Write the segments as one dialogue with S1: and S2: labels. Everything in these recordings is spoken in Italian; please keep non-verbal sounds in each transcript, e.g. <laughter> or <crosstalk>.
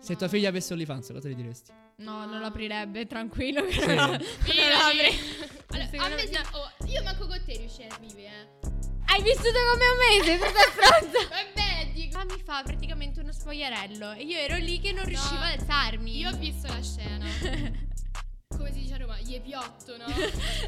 S1: Se tua figlia avesse OnlyFans, cosa le diresti?
S2: No, non lo aprirebbe, tranquillo. Che
S1: Sì.
S2: non lo apri.
S3: Allora,
S2: Secondo
S3: a me
S2: me-
S3: se- oh, io manco con te riuscirei a vivere. eh.
S2: Hai vissuto come un mese, tutta <laughs> stronza.
S3: Vabbè, dico.
S2: Ma mi fa praticamente uno spogliarello e io ero lì che non riuscivo
S3: No,
S2: ad alzarmi.
S3: Io ho visto la scena. <laughs> Come si dice a Roma? Gli è piotto, no?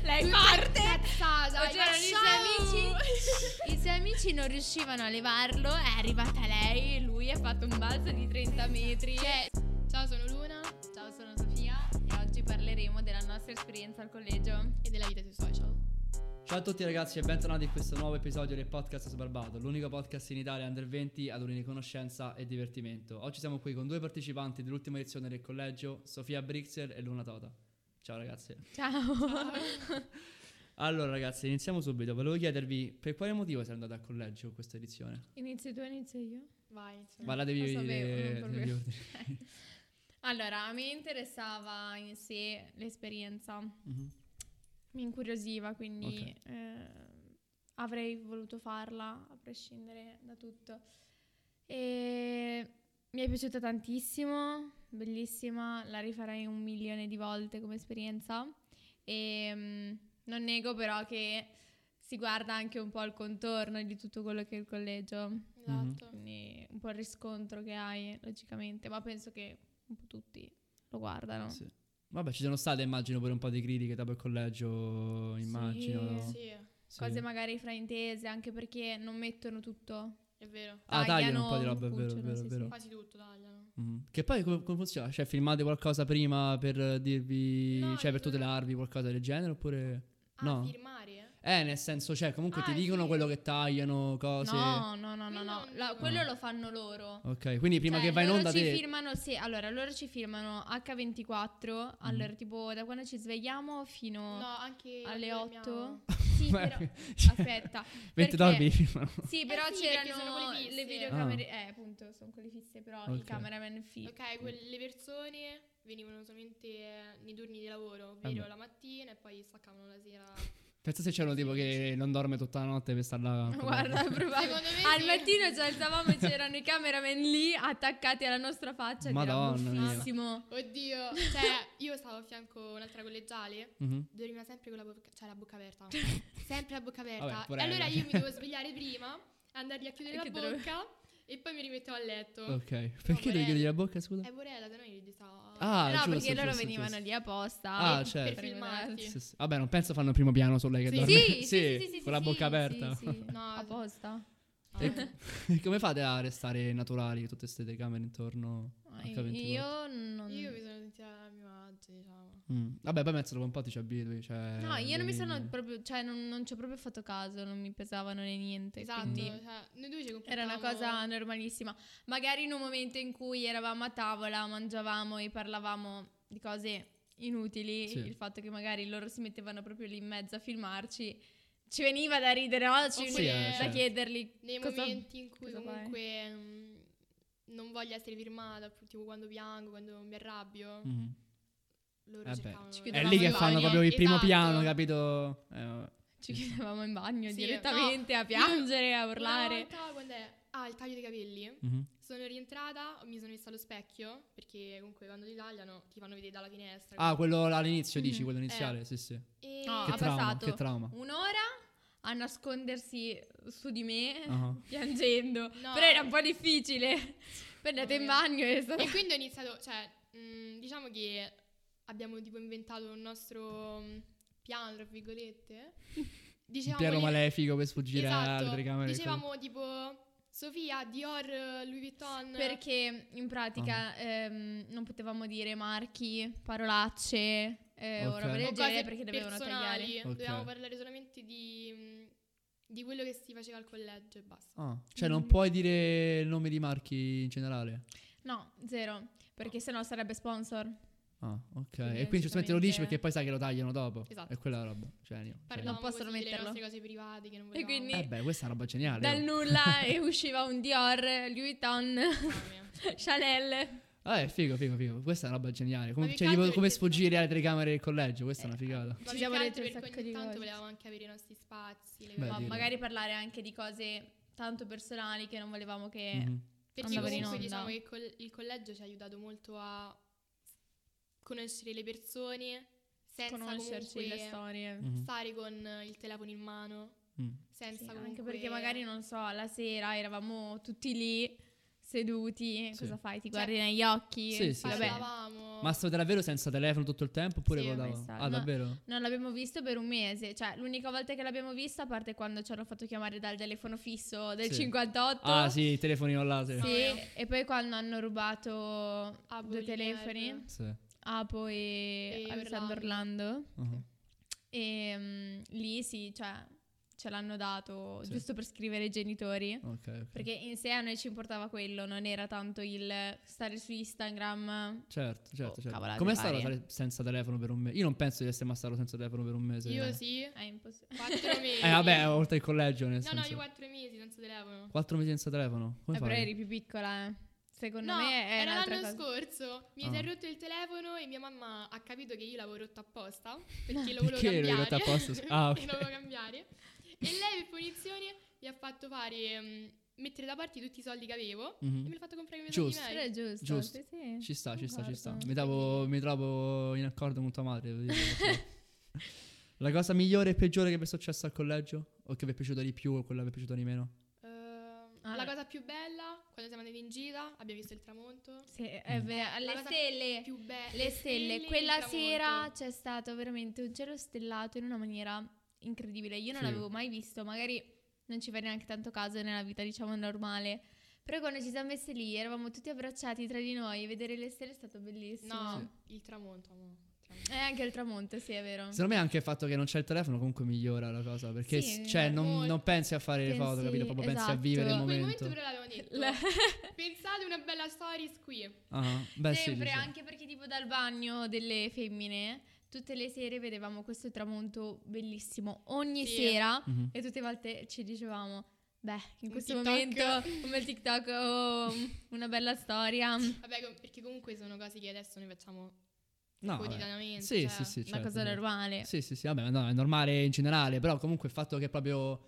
S2: Lei
S3: Tutta
S2: parte.
S3: <laughs> incazzata,
S2: Oggi erano i suoi
S3: ciao!
S2: amici. I suoi amici non riuscivano a levarlo. È arrivata lei e lui ha fatto un balzo di 30 metri.
S3: Cioè, ciao, sono Luna
S2: Ciao, sono Sofia e oggi parleremo della nostra esperienza al collegio.
S3: <laughs> e della vita sui social.
S1: Ciao a tutti ragazzi e bentornati in questo nuovo episodio del podcast Sbarbato, l'unico podcast in Italia under 20 ad unire conoscenza e divertimento. Oggi siamo qui con due partecipanti dell'ultima edizione del collegio, Sofia Brixel e Luna Tota. Ciao ragazze.
S2: Ciao.
S1: Allora ragazzi, iniziamo subito. Volevo chiedervi per quale motivo siete andati al collegio con questa edizione?
S2: Inizio tu, inizio io.
S3: Vai, insomma.
S1: Parlatevi
S2: lo
S1: di-
S2: sapevo, non
S1: degli
S2: proprio.
S1: ordini.
S2: <laughs> Allora, a me interessava in sé l'esperienza, mi
S1: Mhm.
S2: incuriosiva, quindi
S1: Ok.
S2: eh, avrei voluto farla a prescindere da tutto. E mi è piaciuta tantissimo, bellissima, la rifarei un milione di volte come esperienza. E mm, non nego però che si guarda anche un po' il contorno di tutto quello che è il collegio
S3: Esatto.
S2: quindi un po' il riscontro che hai logicamente, ma penso che un po' tutti lo guardano.
S1: Sì. Vabbè, ci sono state immagino pure un po' di critiche dopo il collegio,
S2: Sì,
S1: immagino.
S3: Sì,
S1: Sì.
S2: Cose magari fraintese, anche perché non mettono tutto.
S3: è vero.
S1: Ah, tagliano un po' di
S2: tagliano,
S1: roba, è vero, è
S2: cuciono,
S1: vero,
S2: sì,
S1: è
S2: sì.
S1: vero.
S3: Quasi tutto tagliano.
S1: Mhm. Che poi come, come funziona? Cioè, filmate qualcosa prima per eh, dirvi,
S3: No,
S1: cioè per
S3: tipo-
S1: tutelarvi qualcosa del genere? Oppure.
S3: Ah,
S1: No.
S3: firmare? eh?
S1: Eh, nel senso, cioè, comunque
S3: Ah,
S1: ti dicono
S3: sì.
S1: quello che tagliano, cose.
S2: No, no, no, no,
S3: Quello
S2: no.
S3: non-
S2: La- quello
S1: Ah.
S2: lo fanno loro.
S1: Ok, quindi prima
S2: Cioè,
S1: che vai in
S2: loro
S1: onda
S2: ci
S1: te.
S2: filmano, sì, allora loro ci filmano
S1: Mm.
S2: H24, allora tipo da quando ci svegliamo fino
S3: No, anche...
S2: alle
S3: quando
S2: 8.
S3: dormiamo.
S1: <laughs>
S2: Sì,
S1: Beh,
S2: però
S1: cioè, <laughs>
S2: aspetta.
S1: mentre
S2: perché-
S1: dormi filmano.
S2: Sì, però
S3: Eh sì, perché sono
S2: c'erano
S3: quelli
S2: le
S3: fissi.
S2: videocamere, eh, appunto, sono quelle fisse, però i
S1: Ah. Ok.
S2: cameraman fissi.
S3: Ok, quelle persone venivano solamente eh, nei turni di lavoro, ovvero
S1: beh.
S3: la mattina e poi staccavano la sera.
S1: Pensa se c'è uno tipo che non dorme tutta la notte per stare
S2: <laughs>
S1: là.
S2: Guarda,
S3: Secondo
S2: probabilmente.
S3: me
S2: Al
S3: sì.
S2: mattino ci alzavamo e c'erano i cameraman lì attaccati alla nostra faccia. ed era
S1: Madonna mia.
S2: buffissimo.
S3: Oddio, cioè io stavo a fianco a un'altra collegiale
S1: Mhm.
S3: dormiva sempre con la bocca, cioè la bocca aperta.
S1: <laughs>
S3: sempre la bocca aperta.
S1: Vabbè, pure
S3: e allora
S1: lei.
S3: io mi devo svegliare prima, andargli a chiudere
S2: E
S3: la
S2: chiudere.
S3: bocca e poi mi rimettevo a letto.
S1: Ok, perché devi
S3: vorrei-
S1: chiudere la bocca, scusa?
S2: Eh,
S3: È Borella, da noi di sta.
S1: Ah,
S2: no,
S1: giusto,
S2: perché loro
S1: giusto,
S2: venivano
S1: giusto.
S2: lì apposta.
S1: Ah,
S2: e-
S1: certo.
S3: Per filmarti.
S1: Sì, sì. Vabbè, non penso fanno il primo piano su lei che
S3: Sì,
S1: dorme.
S2: Sì,
S1: <laughs>
S2: sì, sì, sì, sì,
S1: con la
S2: sì,
S1: bocca aperta.
S2: Sì, sì.
S3: No,
S2: apposta.
S1: E- E <laughs> come fate a restare naturali tutte queste telecamere intorno a H24?
S2: Io non...
S3: Io mi sono sentita a mio agio, diciamo.
S1: Mm. Vabbè, poi penso dopo un po' ti ci abitui. Cioè,
S2: No, io non mi
S1: devi-
S2: sono proprio, cioè non, non ci ho proprio fatto caso, non mi pesavano né niente.
S3: Esatto,
S2: quindi-
S3: cioè, noi due ci
S2: Era una
S3: comportavamo-
S2: cosa normalissima. Magari in un momento in cui eravamo a tavola, mangiavamo e parlavamo di cose inutili,
S1: Sì.
S2: il fatto che magari loro si mettevano proprio lì in mezzo a filmarci, ci veniva da ridere, no? Ci
S3: Oppure-
S1: Sì, eh,
S2: veniva da
S1: certo.
S2: chiedergli
S3: nei
S2: cosa-
S3: momenti in cui
S2: cosa fai?
S3: comunque mh, non voglio essere firmata, tipo quando piango, quando mi arrabbio,
S1: Mm.
S3: loro
S1: Eh beh,
S3: cercavano
S2: ci
S1: È
S2: chiudevamo
S1: lì che
S2: in
S1: fanno
S2: bagno.
S1: proprio il primo
S3: Esatto.
S1: piano, capito? Eh, vabbè.
S2: Ci chiedevamo in bagno
S3: Sì,
S2: direttamente
S3: no,
S2: a piangere, a
S3: Una
S2: urlare.
S3: volta quando è ah, il taglio dei capelli,
S1: Mhm.
S3: sono rientrata, mi sono vista allo specchio, perché comunque quando li tagliano ti fanno vedere dalla finestra.
S1: Ah, quello all'inizio dici,
S2: Mhm.
S1: quello iniziale? Sì, sì. Che
S3: e
S2: No, ha
S1: trauma,
S2: passato
S1: che trauma.
S2: Un'ora a nascondersi su di me,
S1: Ah.
S2: piangendo.
S3: No.
S2: Però era un po' difficile. Poi andate in bagno e è stato...
S3: E quindi ho iniziato, cioè, mh, diciamo che abbiamo tipo inventato un nostro mh, piano, tra virgolette.
S1: <laughs> Il
S2: diciamo
S3: Dicevamo
S1: piano
S3: gli-
S1: malefico per sfuggire alle
S3: esatto.
S1: telecamere.
S3: Dicevamo tipo Sofia, Dior, Louis Vuitton.
S2: Perché in pratica
S1: Ah.
S2: ehm, non potevamo dire marchi, parolacce eh, o
S1: Ok.
S2: roba
S1: O
S2: del
S3: o
S2: genere
S3: cose
S2: perché dovevano tagliare.
S3: personali.
S1: tagliare. Ok.
S3: Dovevamo parlare solamente di, mh, di quello che si faceva al collegio e basta.
S1: Ah, cioè, non
S2: Mm.
S1: puoi dire il nome di marchi in generale.
S2: No, zero, perché sennò sarebbe sponsor.
S1: Ah, ok.
S2: Quindi
S1: e quindi giustamente lo dici
S2: praticamente-
S1: perché poi sai che lo tagliano dopo.
S3: Esatto.
S1: È quella roba. Genio.
S3: Parlavamo
S1: genio.
S2: Non possono
S3: così delle
S2: metterlo.
S3: nostre cose private che non
S2: E
S3: volevamo.
S2: quindi <laughs>
S1: Eh beh, questa è una roba geniale.
S2: dal
S1: oh. <laughs>
S2: nulla e usciva un Dior, Louis Vuitton, <laughs>
S3: Mamma mia.
S2: Chanel.
S1: Ah, è figo, figo, figo. Questa è una roba geniale. Come,
S3: Ma più
S1: cioè,
S3: che
S1: tipo,
S3: altro
S1: come
S3: perché-
S1: sfuggire alle telecamere del collegio, questa
S2: Eh,
S1: è una figata.
S3: Ma
S2: Ci
S3: più
S2: siamo
S3: che
S2: detti
S3: altro
S2: un
S3: perché
S2: sacco di
S3: ogni tanto
S2: cose.
S3: volevamo anche avere i nostri spazi.
S1: Beh,
S3: le
S2: Ma
S3: cose.
S1: direi.
S2: magari parlare anche di cose tanto personali che non volevamo che
S1: Mhm.
S3: Perché
S2: Andavo in
S3: comunque
S2: onda.
S3: diciamo che col- il collegio ci ha aiutato molto a conoscere le persone senza
S2: conoscerci le
S3: comunque
S2: storie.
S1: Mhm.
S3: stare con il telefono in mano,
S1: Mm.
S3: senza
S2: Sì,
S3: comunque...
S2: Anche perché magari, non so, la sera eravamo tutti lì seduti,
S1: Sì.
S2: cosa fai? Ti
S3: Cioè-
S2: guardi negli occhi?
S1: Sì, sì,
S2: Vabbè,
S1: sì.
S3: parlavamo.
S1: Ma state davvero senza telefono tutto il tempo? Oppure
S2: Sì,
S1: voi andavo-
S2: questa-
S1: Ah,
S2: no.
S1: davvero?
S2: Non l'abbiamo visto per un mese, cioè l'unica volta che l'abbiamo vista, a parte quando ci hanno fatto chiamare dal telefono fisso del
S1: Sì.
S2: 58.
S1: Ah, sì, i telefoni là.
S2: Sì,
S1: Sì.
S2: e poi quando hanno rubato
S3: Apple
S2: due
S3: Live.
S2: telefoni,
S1: Sì.
S2: Apo e,
S3: E
S2: Alessandro Orlando,
S3: Orlando.
S1: Uh-huh.
S2: e mm, lì sì, cioè ce l'hanno dato
S1: Sì.
S2: giusto per scrivere i genitori.
S1: Ok, ok.
S2: Perché in sé a noi ci importava quello, non era tanto il stare su Instagram.
S1: Certo, certo,
S2: Oh,
S1: certo.
S2: cavolate
S1: Com'è stato
S2: varie.
S1: stare senza telefono per un mese? Io non penso di essere mai stato senza telefono per un mese.
S3: Io sì,
S2: È impossibile.
S3: quattro mesi.
S1: <laughs> Eh, vabbè, oltre il collegio, nel
S3: No, no,
S1: senso.
S3: io quattro mesi senza telefono.
S1: Quattro mesi senza telefono? Come
S2: Eh, però
S1: fai?
S2: eri più piccola, eh. Secondo
S3: no,
S2: me è
S3: era
S2: un'altra
S3: l'anno
S2: cosa.
S3: scorso. Mi
S1: Ah.
S3: si è rotto il telefono e mia mamma ha capito che io l'avevo rotto apposta
S2: Ah,
S3: perché lo volevo
S1: Perché l'hai
S3: cambiare.
S1: rotto apposta?
S3: <laughs>
S1: Ah,
S3: Perché
S1: ok.
S3: lo volevo cambiare. E lei per punizione mi ha fatto fare mm, mettere da parte tutti i soldi che avevo
S1: Mhm.
S3: e me li ha fatto comprare i miei
S1: Giusto.
S3: soldi
S2: Però
S3: miei.
S2: è giusto.
S1: Giusto.
S2: sì, sì.
S1: Ci sta, ci sta, ci sta.
S2: Concordo.
S1: Mi, trovo- mi trovo in accordo con tua madre. devo dire.
S2: <laughs>
S1: La cosa migliore e peggiore che vi è successa al collegio? O che vi è piaciuta di più o quella che vi è piaciuta di meno?
S2: Mm.
S3: Ehm,
S2: Ah,
S3: la
S2: no.
S3: cosa più bella, quando siamo andati in gira, abbiamo visto il tramonto.
S2: Sì, è
S1: Mm.
S2: vero. Le
S3: cosa
S2: stelle.
S3: Più bella.
S2: Le stelle. Quella sera c'è stato veramente un cielo stellato in una maniera incredibile. Io non
S1: Sì.
S2: l'avevo mai visto, magari non ci fa neanche tanto caso nella vita, diciamo, normale. Però quando ci siamo messi lì, eravamo tutti abbracciati tra di noi, vedere le stelle è stato bellissimo.
S3: No, il tramonto, amore.
S2: E Eh, anche il tramonto, sì, è vero.
S1: Secondo me anche il fatto che non c'è il telefono comunque migliora la cosa. Perché
S2: Sì,
S1: s- cioè, non,
S3: molto.
S1: non pensi a fare
S2: Pensi-
S1: le foto, capito? Proprio pensi a
S2: esatto.
S1: vivere il
S2: In
S3: In quel
S1: momento.
S3: momento però l'avevamo detto.
S2: La-
S3: Pensate una bella stories qui.
S1: Ah, beh, sì, sì,
S2: Sempre,
S1: sì.
S2: anche perché tipo dal bagno delle femmine, tutte le sere vedevamo questo tramonto bellissimo, ogni
S3: Sì.
S2: sera,
S1: Mhm.
S2: e tutte le volte ci dicevamo, beh, in
S3: Un
S2: questo
S3: TikTok."
S2: momento un bel TikTok o una bella storia, una
S3: Vabbè, com- perché comunque sono cose che adesso noi facciamo
S1: No, vabbè.
S3: quotidianamente.
S1: Sì,
S3: cioè.
S1: sì, sì, certo,
S2: cosa
S1: certo.
S2: normale.
S1: Sì, sì, sì, vabbè, no, è normale in generale, però comunque il fatto che proprio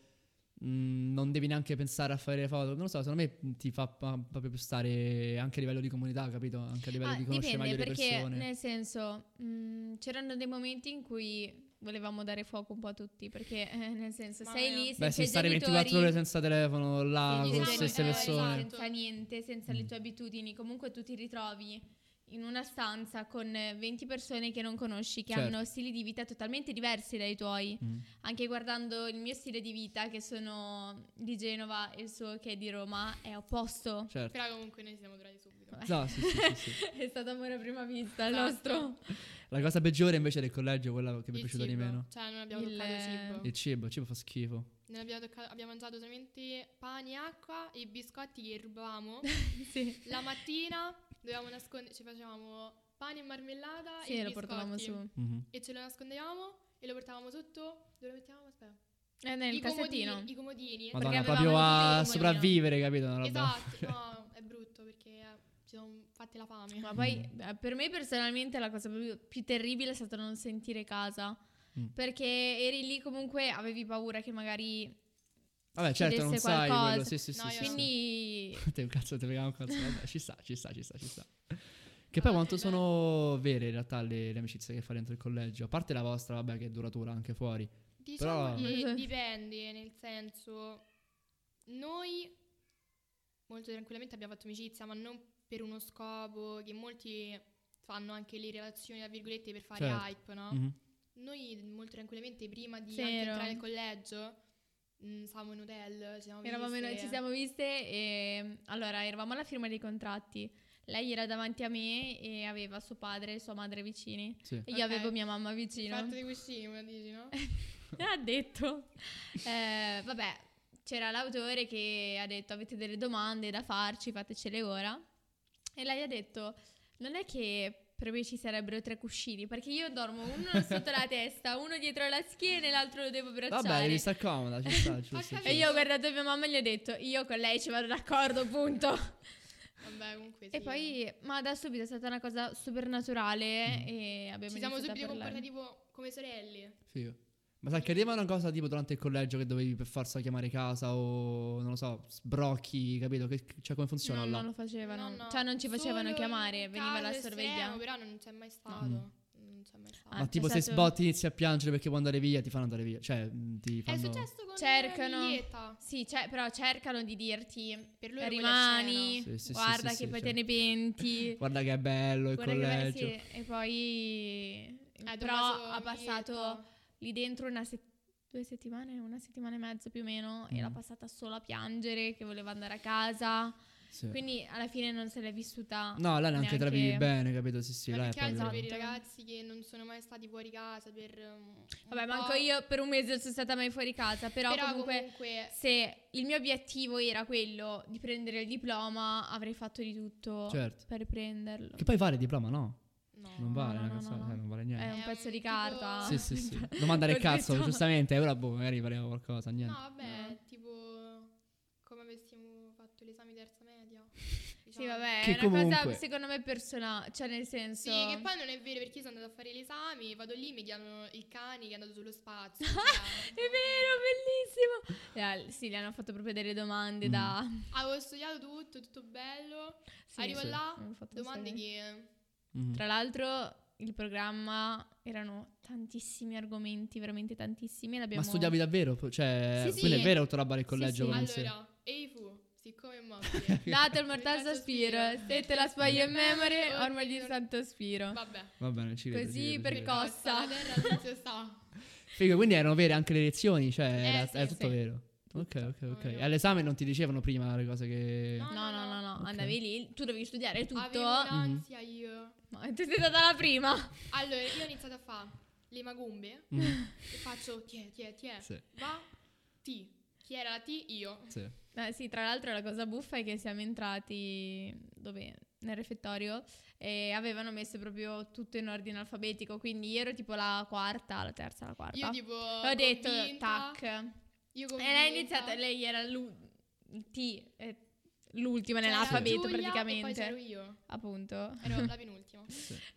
S1: mh, non devi neanche pensare a fare le foto, non lo so, secondo me mh, ti fa pa- proprio più stare anche a livello di comunità, capito? Anche a livello
S2: Ah,
S1: di conoscere
S2: dipende
S1: meglio le
S2: perché
S1: persone.
S2: nel senso mh, c'erano dei momenti in cui volevamo dare fuoco un po' a tutti perché eh, nel senso
S3: Mamma
S2: sei
S3: mia.
S2: lì
S1: Beh,
S2: senza
S1: sì,
S2: i
S1: stare
S2: genitori
S1: 24 ore senza telefono là
S2: Sì,
S1: con le
S3: diciamo,
S1: stesse
S3: eh,
S1: persone.
S3: esatto.
S2: senza niente, senza le
S1: Mm.
S2: tue abitudini, comunque tu ti ritrovi in una stanza con eh, 20 persone che non conosci, che
S1: Certo.
S2: hanno stili di vita totalmente diversi dai tuoi,
S1: Mm.
S2: anche guardando il mio stile di vita che sono di Genova e il suo che è di Roma è opposto. <laughs>
S1: Certo.
S3: Però comunque noi ci siamo trovati subito.
S2: Vabbè.
S1: No, sì, sì, sì, sì.
S2: è stato amore a prima vista il
S3: Esatto. <laughs>
S2: nostro.
S1: La cosa peggiore invece del collegio, quella che mi è
S3: Il
S1: piaciuta di
S3: cibo.
S1: meno.
S3: Cioè, non abbiamo
S2: Il-
S3: toccato cibo.
S1: Il cibo, il cibo fa schifo.
S3: Non abbiamo, toccato- abbiamo mangiato solamente pane, acqua e i biscotti che
S2: <laughs>
S3: rubavamo.
S2: sì.
S3: La mattina dovevamo nascondere, ci facevamo pane e marmellata
S2: Sì,
S3: e
S2: lo
S3: biscotti.
S2: portavamo su.
S1: Mhm.
S3: E ce lo nascondevamo e lo portavamo sotto. Dove lo mettiamo? Aspetta.
S2: È Eh, nel
S3: I
S2: cassettino.
S3: comodini. I comodini.
S1: Madonna,
S2: avevamo
S1: proprio a
S2: tutti i comodini.
S1: sopravvivere, capito? Una roba-
S3: Esatto, no, è brutto perché eh, ci siamo fatte la fame.
S2: Ma poi
S1: Mm.
S2: eh, per me personalmente la cosa più, più terribile è stata non sentire casa.
S1: Mm.
S2: Perché eri lì comunque, avevi paura che magari...
S1: Vabbè, certo, non
S2: Succedesse
S1: sai quello.
S2: qualcosa.
S1: Sì, sì, sì.
S3: No,
S1: sì,
S3: io-
S1: sì.
S2: Quindi...
S1: Te un cazzo, te pregavo un cazzo. Vabbè, ci sta, ci sta, ci sta, ci sta. Che poi
S3: Ah,
S1: quanto
S3: eh,
S1: sono vere in realtà le, le amicizie che fa dentro il collegio, a parte la vostra, vabbè, che è duratura anche fuori. Però-
S3: Diciamo che dipende, nel senso, noi molto tranquillamente abbiamo fatto amicizia, ma non per uno scopo, che molti fanno anche le relazioni, tra virgolette, per fare
S1: Certo.
S3: hype,
S2: Ah.
S3: no?
S1: Mhm.
S3: Noi molto tranquillamente, prima di
S2: Sì,
S3: anche
S2: vero.
S3: entrare al collegio, mh, stavamo in hotel, ci siamo
S2: Eravamo in-
S3: viste. eh.
S2: ci siamo viste e allora eravamo alla firma dei contratti. Lei era davanti a me e aveva suo padre e sua madre vicini.
S1: Sì.
S2: E io
S3: Ok.
S2: avevo mia mamma vicino.
S3: Fatto di cuscini, me lo
S2: <laughs>
S3: dici, no?
S2: Me l'ha detto. Eh, vabbè, c'era l'autore che ha detto avete delle domande da farci, fatecele ora. E lei ha detto non è che per me ci sarebbero tre cuscini, perché io dormo uno <laughs> sotto la testa, uno dietro la schiena e l'altro lo devo abbracciare.
S1: Vabbè, devi stare comoda, ci
S2: <laughs>
S1: sta, giusto,
S3: capito.
S1: giusto.
S2: E io ho guardato mia mamma e gli ho detto io con lei ci vado d'accordo, punto.
S3: <laughs> Vabbè, comunque
S2: E
S3: sì.
S2: poi, ma da subito è stata una cosa super naturale
S1: Mm.
S2: e abbiamo
S3: Ci siamo
S2: iniziato a
S3: subito
S2: parlare.
S3: comportati tipo come sorelle.
S1: Figo. Ma sai, accadeva una cosa tipo durante il collegio che dovevi per forza chiamare casa o non lo so, sbrocchi, capito? Che, cioè, come funziona
S2: No,
S1: là?
S2: non lo facevano.
S3: No, no,
S2: Cioè, non ci facevano
S3: solo
S2: chiamare,
S3: in
S2: veniva la
S3: caso estremo,
S2: sorveglianza.
S3: Però non c'è mai stato. Non c'è mai stato.
S1: Ma
S2: Ah,
S1: tipo,
S2: c'è
S1: se
S2: stato-
S1: sbotti inizi a piangere perché vuoi andare via, ti fanno andare via. Cioè, mh, ti
S3: È
S1: fanno.
S3: successo con
S2: Cercano.
S3: Miglietta.
S2: Sì, cioè, però cercano di dirti "Eh,
S3: Per lui è
S2: rimani,
S3: quella
S1: Sì, sì, sì,
S2: guarda
S1: sì,
S2: che
S1: sì,
S2: poi
S1: cioè.
S2: te ne penti.
S1: <laughs> Guarda che è bello il
S2: guarda che vai-
S1: collegio.
S2: sì, e poi
S3: scena. Eh,
S2: però
S3: Tommaso
S2: ha passato
S3: Miglietta.
S2: lì dentro una se- due settimane, una settimana e mezza più o meno
S1: Mm.
S2: e l'ha passata solo a piangere che voleva andare a casa.
S1: Sì.
S2: Quindi alla fine non se l'è vissuta
S1: No, là neanche te la vivi
S2: neanche-
S1: bene, capito? Sì, sì,
S3: Ma
S1: là è
S3: perché altro
S1: proprio.
S3: per i
S2: Esatto.
S3: ragazzi che non sono mai stati fuori casa per um, un
S2: Vabbè,
S3: po'.
S2: manco io per un mese sono stata mai fuori casa, però,
S3: Però
S2: comunque,
S3: comunque
S2: se il mio obiettivo era quello di prendere il diploma, avrei fatto di tutto
S1: Certo.
S2: per prenderlo.
S1: Che poi vale il diploma, no?
S3: no.
S1: Non vale,
S2: Eh, no,
S1: una
S2: no,
S1: cazzata,
S2: no,
S1: cioè,
S2: no. Eh,
S1: non vale niente.
S2: È un
S3: È
S2: pezzo
S3: un
S2: di
S3: tipo- <laughs>
S2: carta.
S1: Sì, sì,
S2: <laughs>
S1: sì. Non mandare il
S2: L'ho
S1: cazzo,
S2: detto.
S1: giustamente. Ora, boh, magari parliamo qualcosa, niente.
S3: No, vabbè,
S2: No.
S3: tipo come avessimo fatto l'esame di terza
S2: <laughs>
S3: media.
S2: Sì,
S3: diciamo.
S2: vabbè,
S1: Che
S2: è una
S1: comunque-
S2: cosa secondo me personale, cioè nel senso...
S3: Sì, che poi non è vero perché io sono andata a fare l'esame, vado lì, mi chiamano il cane che è andato
S2: <laughs>
S3: sullo spazio.
S2: È vero, bellissimo! Eh, sì, gli hanno fatto proprio delle domande
S1: Mm.
S3: <laughs>
S2: da...
S3: Avevo studiato tutto, tutto bello.
S2: Sì,
S3: Arrivo
S1: sì,
S3: là,
S2: hanno fatto un
S3: domande
S2: sacco di-
S3: che...
S1: Mhm.
S2: Tra l'altro il programma erano tantissimi argomenti, veramente tantissimi. e
S1: Ma
S2: l'abbiamo-
S1: studiavi davvero? Cioè,
S2: Sì, sì.
S1: quindi è vero tutta roba del collegio?
S2: sì.
S1: come se-
S3: Allora, Eifu, siccome è
S2: <laughs>
S3: mobile.
S2: Dato il mortaggio a Spiro, se te la sbagli in memory, ormai di Santo Spiro.
S3: Vabbè.
S1: Va bene, ci credo, ci
S2: Così
S1: credo, ci
S2: per
S1: credo.
S2: cosa?
S3: La terra all'inizio sta.
S1: Figo, quindi erano vere anche le lezioni, cioè
S3: Eh,
S1: era,
S3: sì,
S1: era tutto
S2: sì.
S1: vero. Ok, ok, ok.
S3: Ovvio.
S1: All'esame non ti dicevano prima le cose che...
S3: No,
S2: No, no, no, no,
S1: Ok.
S2: andavi lì, tu dovevi studiare <laughs> tutto. Mhm.
S3: Avevo un'ansia io.
S2: Ma tu sei stata la prima.
S3: Allora, io ho iniziato a fare le magumbe
S1: Mm,
S2: Eh.
S3: e faccio tie, tie, tie.
S1: sì,
S3: Va, ti. Chi era la ti? Io.
S1: sì.
S2: Eh, sì, tra l'altro la cosa buffa è che siamo entrati dove? nel refettorio e avevano messo proprio tutto in ordine alfabetico, quindi io ero tipo la quarta, la terza, la quarta.
S3: Io tipo...
S2: Ah. Ho detto
S3: convinta,
S2: tac. E lei
S3: Io
S2: ha
S3: convinta.
S2: iniziato, lei era l'u- T, eh, l'ultima
S3: C'era
S2: nell'alfabeto
S3: Giulia E poi c'ero
S2: praticamente.
S3: io.
S2: Appunto.
S3: Ero
S2: <laughs>
S3: la penultima.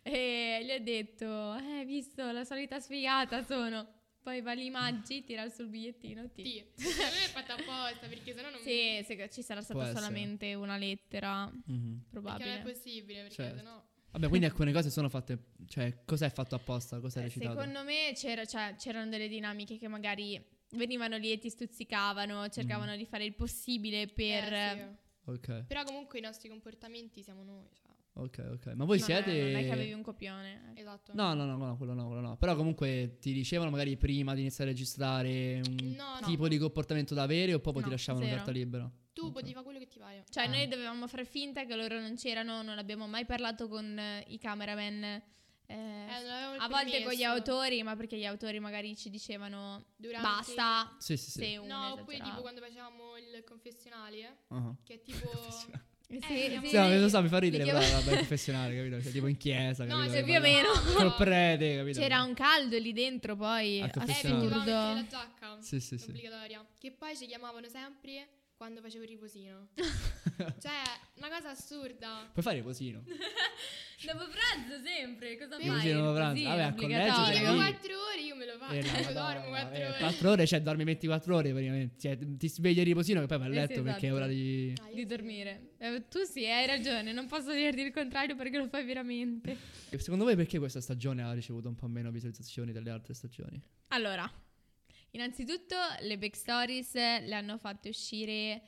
S2: E gli ho detto, eh, hai visto, la solita sfigata sono. Poi va lì Maggi, tira sul bigliettino T.
S3: Ti. Secondo me è fatta apposta perché sennò non
S2: Sì, se- ci sarà stata
S1: essere.
S2: solamente una lettera,
S1: Mhm.
S3: Perché non è
S2: probabile.
S3: possibile, perché
S1: Certo.
S3: sennò...
S1: Vabbè, quindi alcune cose sono fatte... Cioè, cos'è fatto apposta? Cos'è
S2: Eh,
S1: recitato?
S2: Secondo me c'era- cioè, c'erano delle dinamiche che magari venivano lì e ti stuzzicavano, cercavano
S1: Mm.
S2: di fare il possibile per... ehm,
S3: Eh, sì.
S1: Ok,
S3: Però comunque i nostri comportamenti siamo noi, cioè.
S1: ok, ok. Ma voi
S2: No, no,
S1: siete...
S2: non è che avevi un copione. ecco.
S3: Esatto.
S1: No, no, no, no, quello no, quello no. Però comunque ti dicevano magari prima di iniziare a registrare un
S3: No, no.
S1: tipo di comportamento da avere o proprio ti
S2: No,
S1: lasciavano
S2: zero.
S1: carta libera?
S3: Tu
S1: Ok.
S3: potevi fare quello che ti pare.
S2: Cioè,
S1: Ah.
S2: noi dovevamo far finta che loro non c'erano, non abbiamo mai parlato con eh, i cameraman. eh,
S3: Eh, non avevamo il
S2: a volte con gli
S3: permesso.
S2: autori, ma perché gli autori magari ci dicevano
S3: Durante-
S2: basta
S1: Sì, sì, sì.
S2: se uno
S3: No, oppure
S2: esagerava.
S3: tipo quando facevamo il confessionale,
S1: Ah.
S3: che è
S1: <laughs>
S3: tipo...
S2: Eh,
S3: eh,
S2: sì,
S3: abbiamo-
S2: sì,
S1: Sì, no, lo so, mi fa ridere,
S2: Li
S1: però
S2: chiama-
S1: vabbè, professionale, capito? Cioè, tipo in chiesa,
S3: No,
S1: capito?
S3: se
S1: Che
S2: più o
S1: parla-
S2: meno.
S1: <laughs> Col prete, capito?
S2: C'era un caldo lì dentro poi,
S1: Al
S3: Eh,
S1: confessionale.
S3: mettevamo anche
S2: assurdo.
S3: la giacca.
S1: Sì, sì, sì.
S3: obbligatoria. Che poi ci chiamavano sempre quando facevo
S1: <laughs>
S3: il riposino. cioè, una cosa assurda.
S1: Puoi fare così,
S2: <laughs>
S1: no?
S2: Dopo pranzo sempre, cosa
S1: Sì, fai? sì, dopo pranzo. Sì, Vabbè, a obbligatorio.
S3: Ti
S1: collegio
S3: devo
S1: lì.
S3: 4 ore, io me lo
S1: Eh,
S3: faccio. <laughs> io dormo 4 ore.
S1: 4 ore, cioè dormi 24 ore praticamente. Cioè, ti svegli il riposino che poi vai a
S2: Eh sì,
S1: letto perché è
S2: esatto.
S1: ora di...
S3: Ah, io
S2: Di
S3: sì.
S2: dormire. Eh, tu sì, hai ragione, non posso dirti il contrario perché lo fai veramente.
S1: E Secondo voi perché questa stagione ha ricevuto un po' meno visualizzazioni delle altre stagioni?
S2: Allora, innanzitutto le backstories le hanno fatte uscire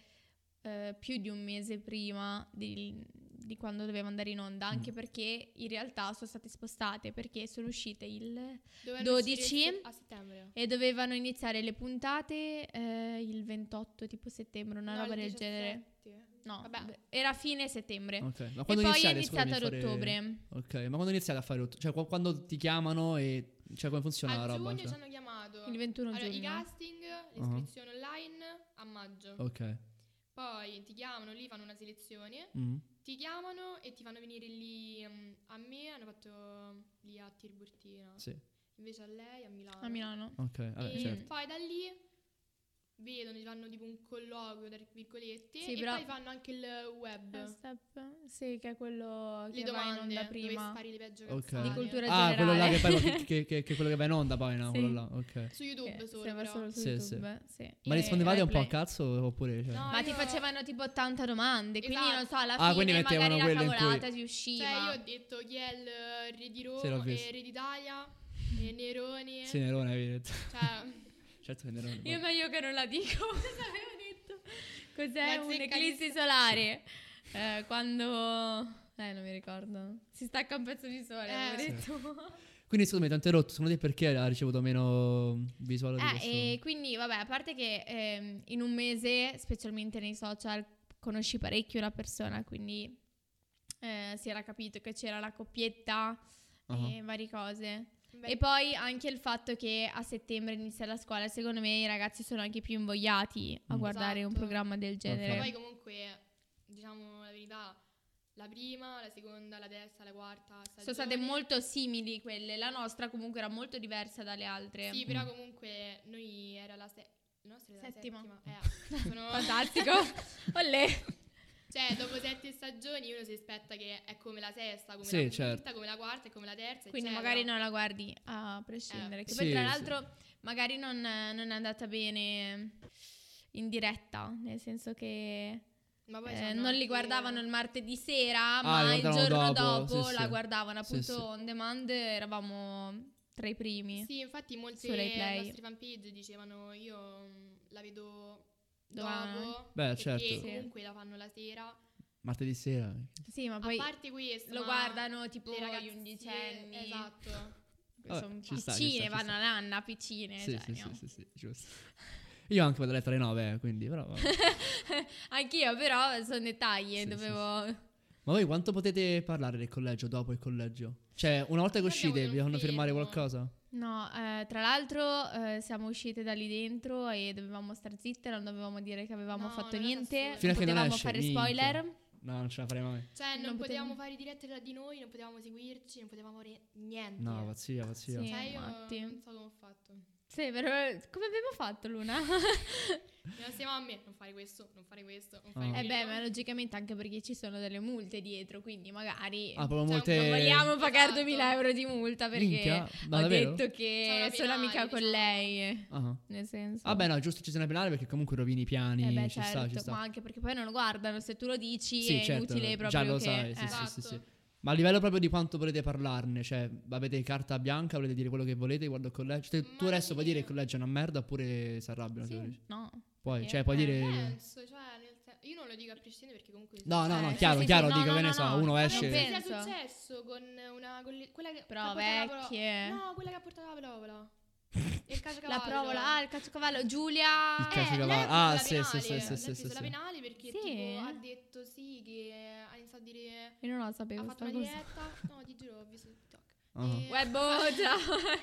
S2: eh, più di un mese prima di, di quando doveva andare in onda, anche
S1: Mm.
S2: perché in realtà sono state spostate perché sono uscite il...
S3: Dovevano
S2: 12?
S3: uscire a settembre.
S2: e dovevano iniziare le puntate eh, il 28 tipo settembre, una
S3: No,
S2: roba
S3: il
S2: del genere.
S3: 17.
S2: No,
S3: Vabbè.
S2: beh, era fine settembre.
S1: Ok, ma
S2: Eh, E
S1: quando
S2: poi è
S1: iniziate,
S2: iniziata ad
S1: scusami, a fare-
S2: ottobre.
S1: Ok, ma quando iniziate a fare ottobre? Cioè, qua- quando ti chiamano e... Cioè, come funziona
S3: A
S1: la roba?
S3: giugno ci
S1: Cioè? Uh-huh.
S3: hanno chiamato.
S2: Il 21
S3: Allora, i
S2: giugno.
S3: casting, l'iscrizione online a maggio.
S1: Ok.
S3: Poi ti chiamano, lì fanno una selezione.
S1: Mm.
S3: Ti chiamano e ti fanno venire lì mm, a me, hanno fatto mm, lì a Tiburtina.
S1: Sì, Ah, certo.
S3: Invece a lei a Milano.
S2: A Milano.
S1: ok. Vabbè,
S3: e
S1: certo.
S3: poi da lì vedono, fanno tipo un colloquio, tra virgolette,
S2: Sì,
S3: e
S2: però-
S3: poi fanno anche il web.
S2: Step? Sì, che è quello
S3: le
S2: che va in
S3: domande
S2: onda
S3: dove
S2: prima.
S3: spari le peggio
S1: Ok.
S3: cazzate.
S1: Di
S2: cultura-
S1: Ah, quello là che poi che,
S2: generale. <laughs>
S1: che- che- che quello che va in onda poi, no?
S2: Sì.
S1: Quello là, ok.
S3: Su YouTube
S2: Che
S3: solo,
S2: se va
S3: però.
S2: solo su
S1: Sì,
S2: YouTube, sì.
S1: Ma
S2: E-
S1: rispondevate
S2: e
S1: un po' a
S2: play.
S1: cazzo oppure? Cioè?
S3: No,
S2: Ma ti
S3: io-
S2: facevano tipo 80 domande, quindi
S3: Esatto.
S2: non so, alla
S1: Ah, quindi
S2: fine
S1: mettevano
S2: magari la
S1: quelle in cui-
S2: cavolata ti usciva.
S3: Cioè, io ho detto chi è il eh, re di
S1: Sì, l'ho
S3: Roma,
S1: visto.
S3: eh, re d'Italia, eh, Nerone.
S1: Sì, Nerone, avevi detto.
S3: Cioè,
S1: <laughs> Certo che Nerone.
S2: Io è meglio che non la dico, <laughs> cosa avevo detto? Cos'è
S3: La
S2: un'eclissi
S3: zecca
S2: solare? Eh, quando... Eh, non mi ricordo. Si stacca un pezzo di sole,
S3: Eh.
S2: avevo
S1: Sì.
S2: <laughs> detto.
S1: Quindi scusami, ti ho interrotto. Secondo te perché ha ricevuto meno visuale di
S2: Eh,
S1: questo?
S2: e quindi, vabbè, a parte che ehm, in un mese, specialmente nei social, conosci parecchio una persona, quindi eh, si era capito che c'era la coppietta
S1: Ah.
S2: e varie cose.
S3: beh,
S2: E poi anche il fatto che a settembre inizia la scuola, secondo me i ragazzi sono anche più invogliati a
S1: Mm.
S2: guardare un
S3: Esatto.
S2: programma del
S3: ma
S2: genere.
S3: poi comunque, diciamo la verità, la prima, la seconda, la terza, la quarta
S2: Sono
S3: stagione.
S2: state molto simili quelle, la nostra comunque era molto diversa dalle altre.
S3: Sì,
S1: Mm.
S3: però comunque noi era la se- la nostra era la
S2: Settima.
S1: <laughs>
S3: settima. Eh, sono... <laughs>
S2: Fantastico. Olle.
S3: Cioè, dopo sette stagioni uno si aspetta che è come la sesta, come
S1: Sì,
S3: la quinta,
S1: certo.
S3: come la quarta e come la terza.
S2: Quindi
S3: eccetera.
S2: magari non la guardi a prescindere.
S3: Eh.
S2: Che poi
S1: Sì,
S2: tra
S1: sì.
S2: l'altro magari non, non è andata bene in diretta, nel senso che
S3: Ma poi
S2: eh,
S3: c'hanno
S2: non li
S3: anche-
S2: guardavano il martedì sera,
S1: Ah, li
S2: ma il
S1: guardavano
S2: giorno
S1: dopo,
S2: dopo,
S1: sì,
S2: la
S1: sì.
S2: guardavano
S1: Sì,
S2: appunto
S1: sì.
S2: on demand, eravamo tra i primi.
S3: Sì, infatti molte
S2: Su Rai Play.
S3: nostre fanpage dicevano io mm, la vedo
S2: Domani."
S3: dopo.
S1: Beh,
S3: perché
S1: certo. Sì.
S3: comunque la fanno la sera.
S1: Martedì sera.
S2: Sì, ma
S3: A
S2: poi
S3: parte questo,
S2: lo
S3: ma
S2: guardano tipo
S3: le
S2: gli
S3: ragazze
S2: undicenni.
S3: Esatto.
S1: Vabbè,
S2: Sono
S1: ci
S2: piccine,
S1: sta, ci sta, ci
S2: vanno
S1: sta.
S2: a nanna, piccine.
S1: Sì,
S2: cioè,
S1: sì, sì,
S2: no.
S1: sì, sì, giusto. Io anche vado a letto alle 9, eh, quindi però... vabbè.
S2: <laughs> Anch'io però sono dettagli,
S1: Sì, sì,
S2: dovevo...
S1: Ma voi quanto potete parlare del collegio dopo il collegio? Cioè, una volta che
S3: Noi
S1: uscite
S3: abbiamo
S1: vi fanno
S3: un
S1: firmare
S3: film.
S1: qualcosa?
S2: No, eh, tra l'altro eh, siamo uscite da lì dentro e dovevamo star zitte, non dovevamo dire che avevamo
S3: No,
S2: fatto
S3: non era
S2: niente,
S3: assurdo.
S1: Fino a che non
S2: potevamo
S1: esce,
S2: fare
S1: minchia.
S2: spoiler.
S1: No, non ce la farei mai.
S3: Cioè, non,
S2: Non
S3: potevamo
S2: potevamo-
S3: fare dirette tra di noi, non potevamo seguirci, non potevamo fare niente.
S1: No, pazzia, pazzia.
S2: Sì.
S3: Cioè, io
S2: infatti.
S3: non so come ho fatto.
S2: Sì, però come abbiamo
S1: <laughs>
S2: fatto Luna? Eh
S3: Mi stiamo a me, non fare questo, non fare questo, non
S1: Ah.
S3: fare
S1: Eh
S2: eh
S3: quello.
S2: beh, ma logicamente anche perché ci sono delle multe dietro, quindi magari
S1: Ah, proprio molte...
S3: Cioè,
S2: non vogliamo pagare
S3: Esatto.
S2: 2000 euro di multa perché
S1: Minchia? Ma
S2: ho
S1: davvero?
S2: detto
S3: C'è
S2: che sono
S3: una penale,
S2: amica con
S3: diciamo.
S2: lei,
S1: Ah.
S2: nel senso...
S1: Vabbè, no, giusto, ci sono penale perché comunque rovini i piani,
S2: Eh beh,
S1: ci
S2: certo,
S1: sta, ci sta.
S2: ma anche perché poi non lo guardano, se tu lo dici
S1: Sì,
S2: è
S1: certo,
S2: inutile proprio
S1: già lo
S2: che...
S1: sai, sì,
S2: eh.
S1: sì, sì,
S3: Esatto.
S1: sì. Ma a livello proprio di quanto volete parlarne, cioè avete carta bianca, volete dire quello che volete riguardo al collegio? Cioè, tu
S3: Ma
S1: adesso puoi
S3: sì.
S1: dire che il collegio è una merda oppure si arrabbiano?
S2: Sì,
S1: se lo dici?
S2: no.
S1: Puoi,
S2: Perché?
S1: cioè puoi
S2: Eh,
S1: dire...
S3: Penso, cioè, nel sen- io non lo dico a prescindere perché comunque...
S1: No, no,
S2: Eh,
S1: no,
S2: sì,
S1: chiaro,
S2: sì, sì,
S1: chiaro,
S2: no,
S1: dico,
S2: no,
S1: che ne
S2: no,
S1: so,
S2: no.
S1: uno
S2: Ma
S1: esce...
S2: non
S3: penso sia
S2: penso. cioè,
S3: successo con una colle- quella che
S2: Però
S3: che ha portato la
S2: vecchie.
S3: No, quella che ha portato la provola. E il calcio
S2: La provola, ah, il caciocavallo,
S1: Il
S2: Giulia...
S1: calcio-
S3: eh,
S1: caciocavallo.
S3: lei ha preso
S1: Ah,
S3: la
S1: sì,
S3: penale,
S1: sì, sì, sì,
S3: l'ha
S1: sì,
S3: preso
S1: sì,
S3: la
S1: sì.
S3: penale perché
S2: Sì?
S3: tipo ha detto sì che ha iniziato a dire
S2: Eh, Io non la
S3: ha
S2: sapevo
S3: fatto
S2: sta
S3: una
S2: cosa. Eh, boh,
S3: diretta. No, ti giuro, ho visto su TikTok.
S1: Ah.
S3: E-
S2: Webbo, <laughs> ciao.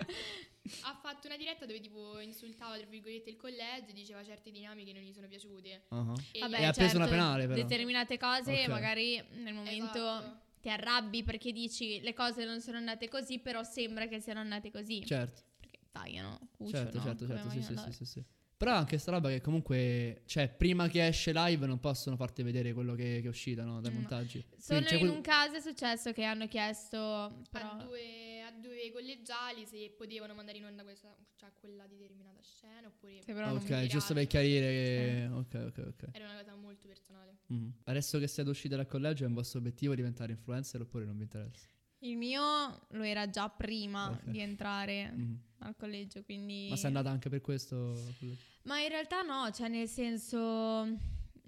S3: ha fatto una diretta dove tipo insultava tra virgolette il collegio e diceva certe dinamiche non gli sono piaciute.
S1: ah.
S3: E
S2: Vabbè,
S1: E ha
S2: certo,
S1: preso una penale, però.
S2: Determinate cose
S1: Ok.
S2: magari nel momento
S3: Esatto.
S2: ti arrabbi perché dici le cose non sono andate così, però sembra che siano andate così.
S1: Certo,
S2: Perché tagliano, cuciono,
S1: certo, certo, certo,
S2: come
S1: sì,
S2: vogliono
S1: sì, sì,
S2: loro.
S1: sì, sì. Però anche sta roba che comunque, cioè, prima che esce live non possono farti vedere quello che, che è uscito, no, dai
S2: Mm.
S1: montaggi.
S2: Solo
S1: Quindi c'è
S2: in
S1: quel-
S2: un caso è successo che hanno chiesto...
S3: a,
S2: Però...
S3: due, a due collegiali se potevano mandare in onda questa, cioè quella di determinata scena oppure
S2: Sì, però non cioè. mi
S1: Ah, ok,
S2: dirà.
S1: giusto per chiarire che... Ok, ok, ok.
S3: era una cosa molto personale.
S1: Mm. Adesso che siete usciti dal collegio è un vostro obiettivo diventare influencer oppure non vi interessa?
S2: Il mio lo era già prima
S1: Ok.
S2: di entrare
S1: Mm.
S2: al collegio, quindi...
S1: Ma sei andata anche per questo? al collegio?
S2: Ma in realtà no, cioè nel senso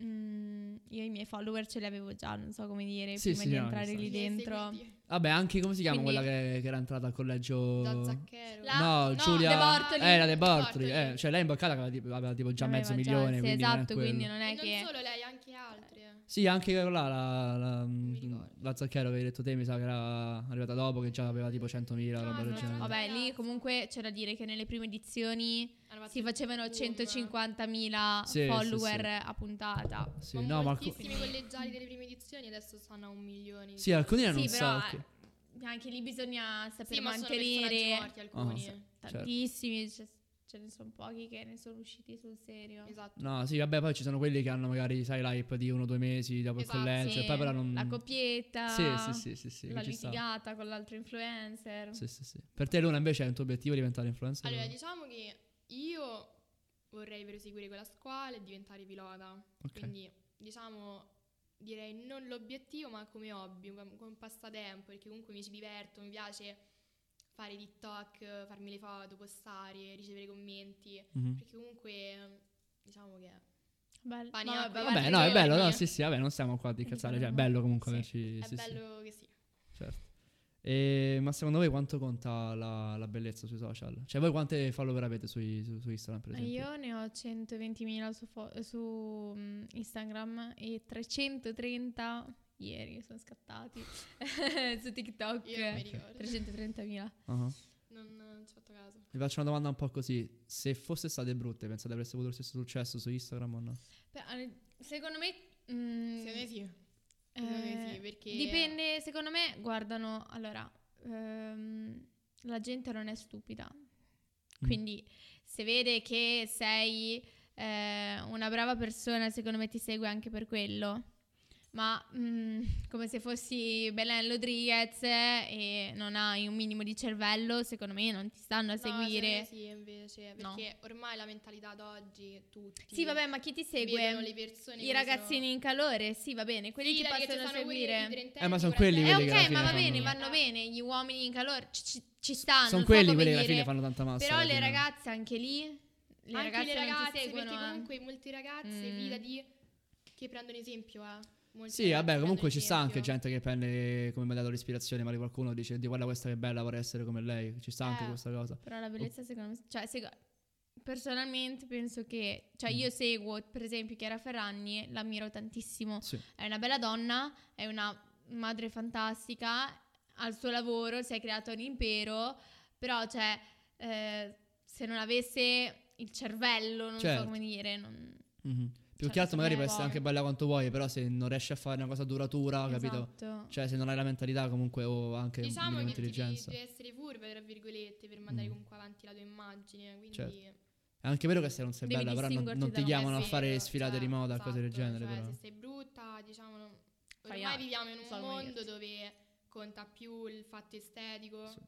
S2: mm, io i miei follower ce li avevo già, non so come dire,
S1: Sì,
S2: prima
S1: sì,
S2: di
S1: no,
S2: entrare
S1: giusto.
S2: lì dentro.
S1: Vabbè, anche come si chiama
S2: Quindi-
S1: quella che, che era entrata al collegio?
S3: Da Zacchero.
S2: La-
S1: Oh. no,
S2: no,
S1: Giulia
S2: De Bortoli.
S1: Eh, la De
S3: De
S1: Bortoli,
S3: Bortoli.
S1: eh, cioè lei in boccata aveva tipo, aveva tipo già
S2: Aveva
S1: mezzo milione,
S2: sì,
S1: quindi non è
S2: esatto,
S1: quello.
S2: quindi non
S3: E
S2: è
S3: non
S2: che
S3: solo lei, anche eh. altre.
S1: Sì, anche quella là, la, la,
S3: mi ricordo.
S1: la Zacchero avevi detto te, mi sa che era arrivata dopo, che già aveva tipo 100.000
S3: Ah,
S1: roba del
S3: sì.
S1: genere.
S2: Vabbè, lì
S3: Ragazzi.
S2: comunque c'era da dire che nelle prime edizioni
S3: Hanno fatto
S2: si facevano
S3: boom.
S2: 150.000
S1: Sì, sì,
S2: follower a puntata.
S1: Sì,
S3: ma
S1: no, ma alcu-
S3: moltissimi collegiali delle prime edizioni adesso stanno a un milione.
S1: sì, alcuni erano
S2: sì,
S1: un
S2: però
S1: sacco.
S2: eh, anche lì bisogna saper
S3: Sì, ma sono personaggi
S2: mantenere
S3: morti alcuni.
S1: Ah, sì. Certo.
S2: tantissimi, cioè, ce ne sono pochi che ne sono usciti sul serio.
S3: Esatto.
S1: No, sì, vabbè, poi ci sono quelli che hanno magari, sai, l'hype di uno o due mesi dopo
S3: Esatto,
S1: il college,
S2: Sì,
S1: e poi però cioè, non...
S2: La coppietta,
S1: Sì, sì, sì, sì, sì,
S2: la
S1: che ci sta.
S2: litigata con l'altro influencer.
S1: Sì, sì, sì. Per te Luna invece è un tuo obiettivo diventare influencer?
S3: Allora, diciamo che io vorrei proseguire con la scuola e diventare pilota.
S1: Ok.
S3: Quindi, diciamo, direi non l'obiettivo, ma come hobby, com- come un passatempo, perché comunque mi ci diverto, mi piace fare i TikTok, farmi le foto, postare, ricevere commenti,
S1: Mhm.
S3: perché comunque diciamo che
S2: Bello.
S3: Pani
S2: No,
S3: acqua,
S2: vabbè,
S1: Vabbè,
S3: Guarda,
S1: no, è
S3: giovani.
S1: bello, no, sì, sì, vabbè, non stiamo qua di
S2: Eh,
S1: cazzare,
S2: no,
S1: cioè, è
S2: no.
S1: bello comunque
S2: Sì,
S1: averci...
S3: è
S1: sì, sì.
S3: bello che sì.
S1: Certo. E, ma secondo voi quanto conta la, la bellezza sui social? Cioè, voi quante follower avete sui- su, su Instagram, per esempio?
S2: Io ne ho 120.000 su, fo- su, mm, Instagram e 330 ieri sono scattati <laughs> su TikTok.
S3: Io non mi
S1: Ok.
S3: ricordo,
S2: 330.000.
S1: Ah,
S3: non, non ci ho fatto caso.
S2: Mm.
S1: Vi faccio una domanda un po' così. Se fosse state brutte, pensate avreste avuto lo stesso successo su Instagram o no?
S2: Beh, eh, secondo me... mm,
S3: Secondo me sì,
S2: eh,
S3: secondo me sì, perché
S2: Dipende, secondo me, guardano, allora, ehm, la gente non è stupida, quindi se vede che sei eh, una brava persona, secondo me ti segue anche per quello, ma mm, come se fossi Belen Rodriguez eh, e non hai un minimo di cervello, secondo me non ti stanno a
S3: No, secondo me
S2: seguire.
S3: sì, invece,
S2: No.
S3: perché ormai la mentalità d'oggi tutti
S2: Sì, vabbà, ma chi ti
S3: vedono le
S2: segue?
S3: persone
S2: I ragazzini in calore, sì, va bene, quelli ti possono seguire.
S1: Eh, ma sono quelli
S2: Eh,
S1: quelli che alla
S2: ok,
S1: fine
S2: ma va
S1: fanno-
S2: bene, vanno bene. Gli uomini in calore ci, ci- ci stanno.
S1: Sono
S2: Ah, non so
S1: quelli,
S2: come
S1: quelli che alla
S2: dire.
S1: fine fanno tanta massa.
S2: eh. Però
S1: alla
S2: le
S1: fine.
S2: ragazze anche lì. Le
S3: anche
S2: ragazze, non ti
S3: le ragazze,
S2: seguono.
S3: perché
S2: eh.
S3: comunque molte ragazze
S2: Mm.
S3: fidati che prendono esempio, eh. Molte
S1: Sì, vabbè,
S3: ragazze
S1: comunque
S3: prendono
S1: ci sta anche
S3: esempio.
S1: gente che prende come modello l'ispirazione, magari qualcuno dice di guarda questa che bella, vorrei essere come lei. Ci sta anche
S3: Eh.
S1: questa cosa.
S2: Però la
S1: Oh.
S2: bellezza, secondo me. Cioè, sego- personalmente penso che. Cioè, io seguo, per esempio, Chiara Ferragni, l'ammiro tantissimo.
S1: Sì.
S2: È una bella donna, è una madre fantastica. Al suo lavoro si è creato un impero. Però, cioè, eh, se non avesse il cervello, non
S1: Certo.
S2: so come dire, non.
S1: Mhm. Più
S2: Cioè,
S1: che altro
S2: secondo
S1: magari puoi
S2: me
S1: essere
S2: vuoi.
S1: anche bella quanto vuoi, però se non riesci a fare una cosa duratura, capito?
S2: Esatto.
S1: Cioè, se non hai la mentalità comunque o anche
S3: Diciamo
S1: minima
S3: che devi,
S1: intelligenza.
S3: devi essere furba, tra virgolette, per mandare
S1: Mm.
S3: comunque avanti la tua immagine, quindi...
S1: Certo. È anche vero che se non sei
S2: Devi
S1: bella, però non,
S2: distinguerti
S1: non ti
S2: da-
S1: chiamano
S3: Eh,
S1: a
S3: sì,
S1: fare
S3: vero,
S1: sfilate
S3: cioè,
S1: di moda, cose del
S3: esatto,
S1: genere.
S3: cioè,
S1: però.
S3: se sei brutta, diciamo, non-
S2: Fai
S3: ormai
S2: altro,
S3: viviamo in un
S2: solo
S3: mondo
S2: diverso.
S3: dove conta più il fatto estetico
S1: Sì.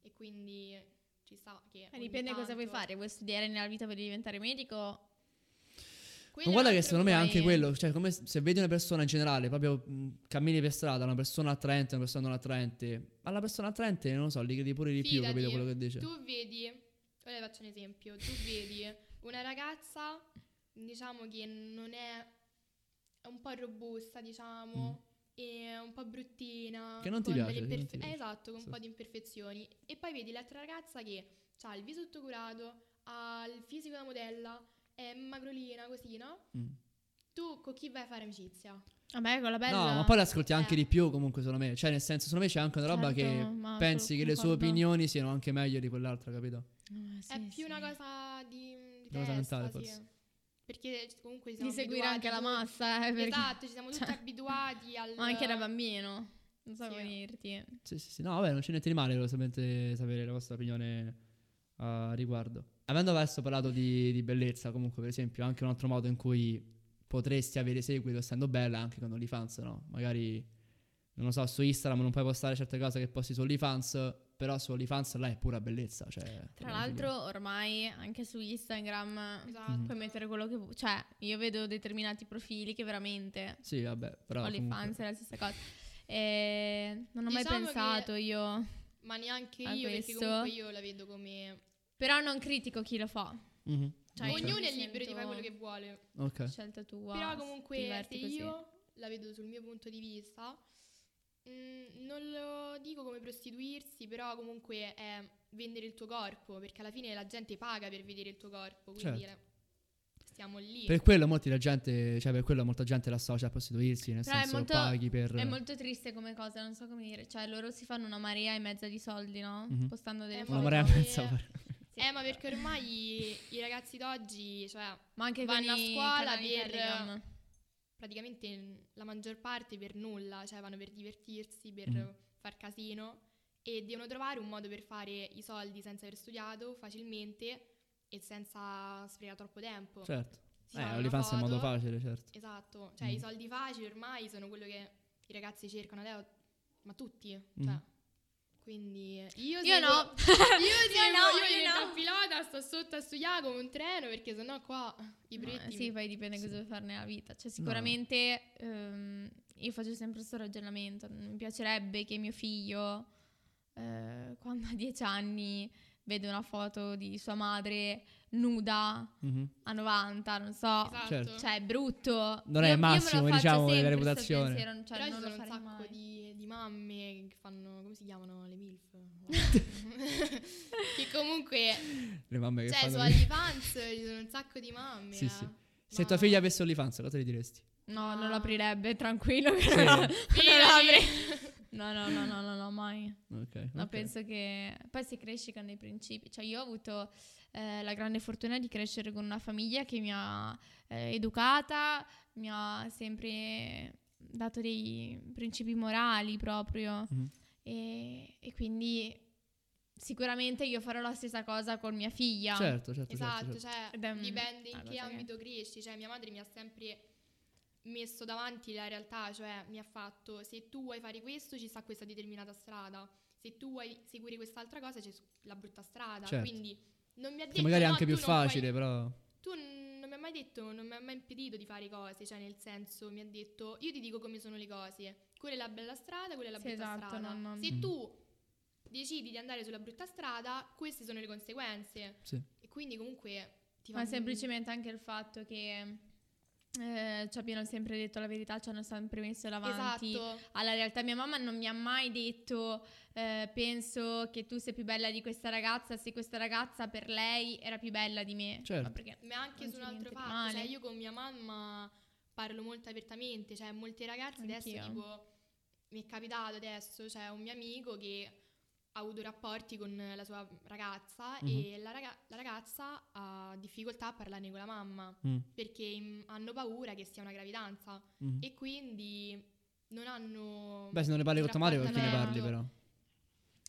S3: e quindi ci sta che
S2: Eh,
S3: ogni
S2: Dipende cosa vuoi
S3: tanto-
S2: fare, vuoi studiare nella vita per diventare medico?
S3: Quello
S1: Ma guarda
S3: è un
S1: che
S3: altro
S1: secondo me è anche
S2: poi-
S1: quello, cioè come s- se vedi una persona in generale, proprio mh, cammini per strada, una persona attraente, una persona non attraente, alla persona attraente non lo so, li credi pure di più,
S3: Fidati,
S1: capito quello che dice?
S3: Tu vedi, ora faccio un esempio, tu vedi una ragazza, diciamo che non è, è un po' robusta, diciamo, e un po' bruttina.
S1: Mm. Che non ti
S3: con
S1: piace,
S3: delle
S1: che non
S3: perfe-
S1: ti piace.
S3: eh, esatto, con
S1: Sì.
S3: un po' di imperfezioni. E poi vedi l'altra ragazza che ha il viso sottocurato, ha il fisico da modella, è magrolina, così, no?
S1: Mm.
S3: Tu con chi vai a fare amicizia?
S2: A me con la Ah, bella.
S1: No, ma poi le ascolti anche
S3: Eh.
S1: di più comunque secondo me, cioè nel senso secondo me c'è anche una roba
S2: Certo,
S1: che
S2: ma
S1: pensi
S2: sono
S1: che le sue
S2: concordo.
S1: opinioni siano anche meglio di quell'altra, capito?
S2: Eh, sì,
S3: è più
S2: sì.
S3: una cosa di, di
S1: Una cosa
S3: testa,
S1: mentale,
S3: sì.
S1: forse.
S3: Perché comunque siamo
S2: di seguire
S3: abituati
S2: anche la
S3: tutti-
S2: massa, eh, perché-
S3: Esatto, ci siamo tutti
S2: <laughs> cioè,
S3: abituati al...
S2: ma anche da bambino. Non so
S3: Sì.
S2: come dirti.
S1: Sì, sì, sì, no, vabbè, non c'è niente di male, volevo solamente sapere la vostra opinione a riguardo. Avendo adesso parlato di, di bellezza, comunque, per esempio, anche un altro modo in cui potresti avere seguito essendo bella anche con OnlyFans, no? Magari, non lo so, su Instagram non puoi postare certe cose che posti su OnlyFans, però su OnlyFans là è pura bellezza, cioè...
S2: Tra l'altro, ormai anche su Instagram
S3: Esatto.
S1: Mhm.
S2: puoi mettere quello che vuoi. Cioè, io vedo determinati profili che veramente.
S1: Sì, vabbè, però...
S2: Ho le fans,
S1: comunque-
S2: è la stessa cosa. Eh, non ho mai
S3: Diciamo che-
S2: pensato io.
S3: Ma neanche
S2: A
S3: io, perché
S2: questo.
S3: comunque io la vedo come...
S2: Però non critico chi lo fa.
S1: Mhm,
S2: Cioè,
S1: ok,
S3: Ognuno
S2: mi
S3: è libero di fare
S2: sento-
S3: quello che vuole.
S1: Ok.
S2: Scelta tua.
S3: Però comunque se
S2: diverti così.
S3: io la vedo sul mio punto di vista, mh, non lo dico come prostituirsi, però comunque è vendere il tuo corpo, perché alla fine la gente paga per vedere il tuo corpo, quindi
S2: Certo.
S3: la- stiamo lì.
S1: Per quello molti la gente, cioè per quello molta gente l'associa a prostituirsi, nel
S2: Però è
S1: senso
S2: molto-
S1: paghi per...
S2: È molto triste come cosa, non so come dire. Cioè, loro si fanno una marea e mezza di soldi, no?
S1: Mhm.
S2: Postando delle
S1: Una
S3: Eh,
S2: foto.
S1: marea e
S3: Sì.
S1: mezza per-
S2: Sì.
S3: Eh, ma perché ormai i ragazzi d'oggi, cioè,
S2: Ma anche
S3: vanno
S2: con
S3: a
S2: i
S3: scuola
S2: canali
S3: per-
S2: Telegram.
S3: praticamente n- la maggior parte per nulla, cioè vanno per divertirsi, per
S1: Mhm.
S3: far casino e devono trovare un modo per fare i soldi senza aver studiato facilmente e senza sprecare troppo tempo.
S1: <laughs> Certo.
S3: Si
S1: Eh,
S3: fanno una
S1: OnlyFans è in modo
S3: foto,
S1: facile, certo.
S3: Esatto, cioè
S1: Mm.
S3: i soldi facili ormai sono quello che i ragazzi cercano adesso, ma tutti,
S1: Mm.
S3: cioè. Quindi eh, <laughs> io,
S2: Io
S3: devo-
S2: no.
S3: io, devo-
S2: no,
S3: io
S2: io
S3: divento
S2: no.
S3: pilota, sto sotto a studiare come un treno perché sennò qua i
S2: Ma
S3: brevetti
S2: Eh, sì, poi dipende
S1: Sì.
S2: cosa vuoi farne la vita. Cioè, sicuramente ehm, io faccio sempre questo ragionamento. Mi piacerebbe che mio figlio, eh, quando ha 10 anni, vede una foto di sua madre nuda
S1: Mhm.
S2: a 90, non so.
S3: Esatto.
S1: certo.
S2: Cioè, è brutto.
S1: Non è il
S2: Io- io me lo
S1: massimo,
S2: faccio
S1: diciamo, della
S2: sempre sto
S1: reputazione.
S2: pensiero, non- cioè,
S3: Però
S2: non
S3: ci
S2: lo
S3: sono un
S2: farei
S3: sacco
S2: mai.
S3: di, di mamme che fanno, come si chiamano, le
S2: <laughs>
S3: MILF? che comunque,
S1: Le mamme che
S3: cioè su
S1: fanno...
S3: OnlyFans ci sono un sacco di mamme.
S1: Sì,
S3: eh.
S1: sì. Se
S3: Ma-
S1: tua figlia avesse OnlyFans, cosa gli diresti?
S2: No, non
S3: Ah.
S2: lo aprirebbe, <laughs> tranquillo. che
S1: Sì.
S2: non lo
S3: Fidati!
S2: apri.
S3: <laughs>
S2: No, no, no, no, no, no, mai.
S1: Ok.
S2: No,
S1: ok.
S2: penso che poi si cresce con dei principi. Cioè, io ho avuto eh, la grande fortuna di crescere con una famiglia che mi ha eh, educata, mi ha sempre dato dei principi morali proprio.
S1: Mhm.
S2: E, e quindi sicuramente io farò la stessa cosa con mia figlia.
S1: Certo, certo, certo, certo.
S3: Esatto, cioè
S2: Ed è un-
S3: dipende in
S1: Ah,
S2: una
S3: che
S2: cosa che-
S3: ambito cresci, cioè mia madre mi ha sempre messo davanti la realtà, cioè mi ha fatto se tu vuoi fare questo ci sta questa determinata strada, se tu vuoi seguire quest'altra cosa c'è su- la brutta strada,
S1: Certo.
S3: quindi non mi ha detto
S1: Che magari è
S3: "No,
S1: anche
S3: tu
S1: più
S3: non puoi".
S1: facile, però...
S3: Tu n- non mi ha mai detto, non mi ha mai impedito di fare cose, cioè nel senso mi ha detto io ti dico come sono le cose, quella è la bella strada, quella è la
S2: Sì,
S3: brutta
S2: esatto,
S3: strada.
S2: no, no.
S3: Se
S1: Mm.
S3: tu decidi di andare sulla brutta strada, queste sono le conseguenze.
S1: Sì.
S3: E quindi comunque ti
S2: Ma
S3: fa-
S2: semplicemente anche il fatto che eh, ci abbiano sempre detto la verità, ci hanno sempre messo davanti.
S3: Esatto.
S2: alla realtà. Mia mamma non mi ha mai detto eh, penso che tu sei più bella di questa ragazza se questa ragazza per lei era più bella di me.
S1: Certo.
S2: Ma perché-
S3: Ma anche
S2: Non
S3: su
S2: c'è
S3: un altro
S2: niente di
S3: fatto,
S2: male.
S3: cioè io con mia mamma parlo molto apertamente, cioè molti ragazzi adesso
S2: Anch'io.
S3: tipo mi è capitato adesso, cioè un mio amico che ha avuto rapporti con la sua ragazza e
S2: Mhm.
S3: la, raga- la ragazza ha difficoltà a parlarne con la mamma
S1: Mm,
S3: perché mm, hanno paura che sia una gravidanza
S1: mm.
S3: e quindi non hanno...
S1: Beh, se non ne parli con tua madre, perché ne
S2: rapporto-
S1: parli, Certo. però?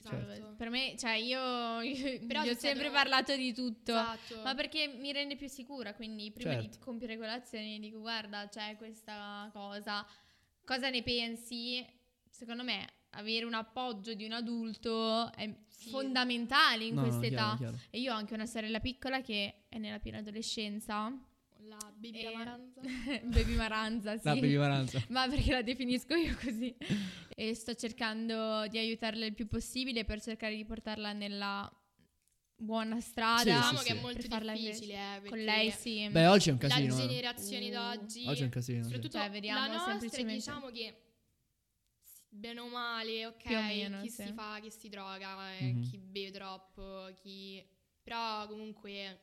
S3: Esatto.
S2: Per me, cioè io, <laughs> io
S3: Però
S2: gli
S3: sei
S2: ho
S3: stato-
S2: sempre parlato di tutto.
S3: Esatto.
S2: Ma perché mi rende più sicura, quindi prima di
S1: Certo.
S2: compiere colazione dico guarda c'è questa cosa, cosa ne pensi? Secondo me avere un appoggio di un adulto è
S3: Sì.
S2: fondamentale in
S1: No, no,
S2: questa
S1: chiaro,
S2: età.
S1: chiaro.
S2: E io ho anche una sorella piccola che è nella piena adolescenza. <laughs>
S3: La Diciamo baby
S2: Eh, <laughs>
S3: Amaranza.
S2: Baby Maranza, sì.
S1: La baby Maranza.
S3: <laughs>
S2: Ma perché la definisco io così. E sto cercando di aiutarla il più possibile per cercare di portarla nella buona strada.
S1: Sì,
S3: Diciamo
S1: sì,
S3: che
S1: sì.
S3: è molto
S2: Per farla
S3: difficile, eh,
S2: Con
S3: perché
S2: lei sì.
S1: Beh, oggi è un casino.
S3: la
S1: eh.
S3: generazione
S2: Uh.
S3: d'oggi,
S1: Oggi è un casino. sì.
S3: soprattutto
S2: Cioè, vediamo
S3: la nostra,
S2: semplicemente-
S3: diciamo che s- bene o male, ok,
S2: Più o meno,
S3: chi
S2: sì.
S3: si fa, chi si droga, eh,
S1: Mhm.
S3: chi beve troppo, chi... Però comunque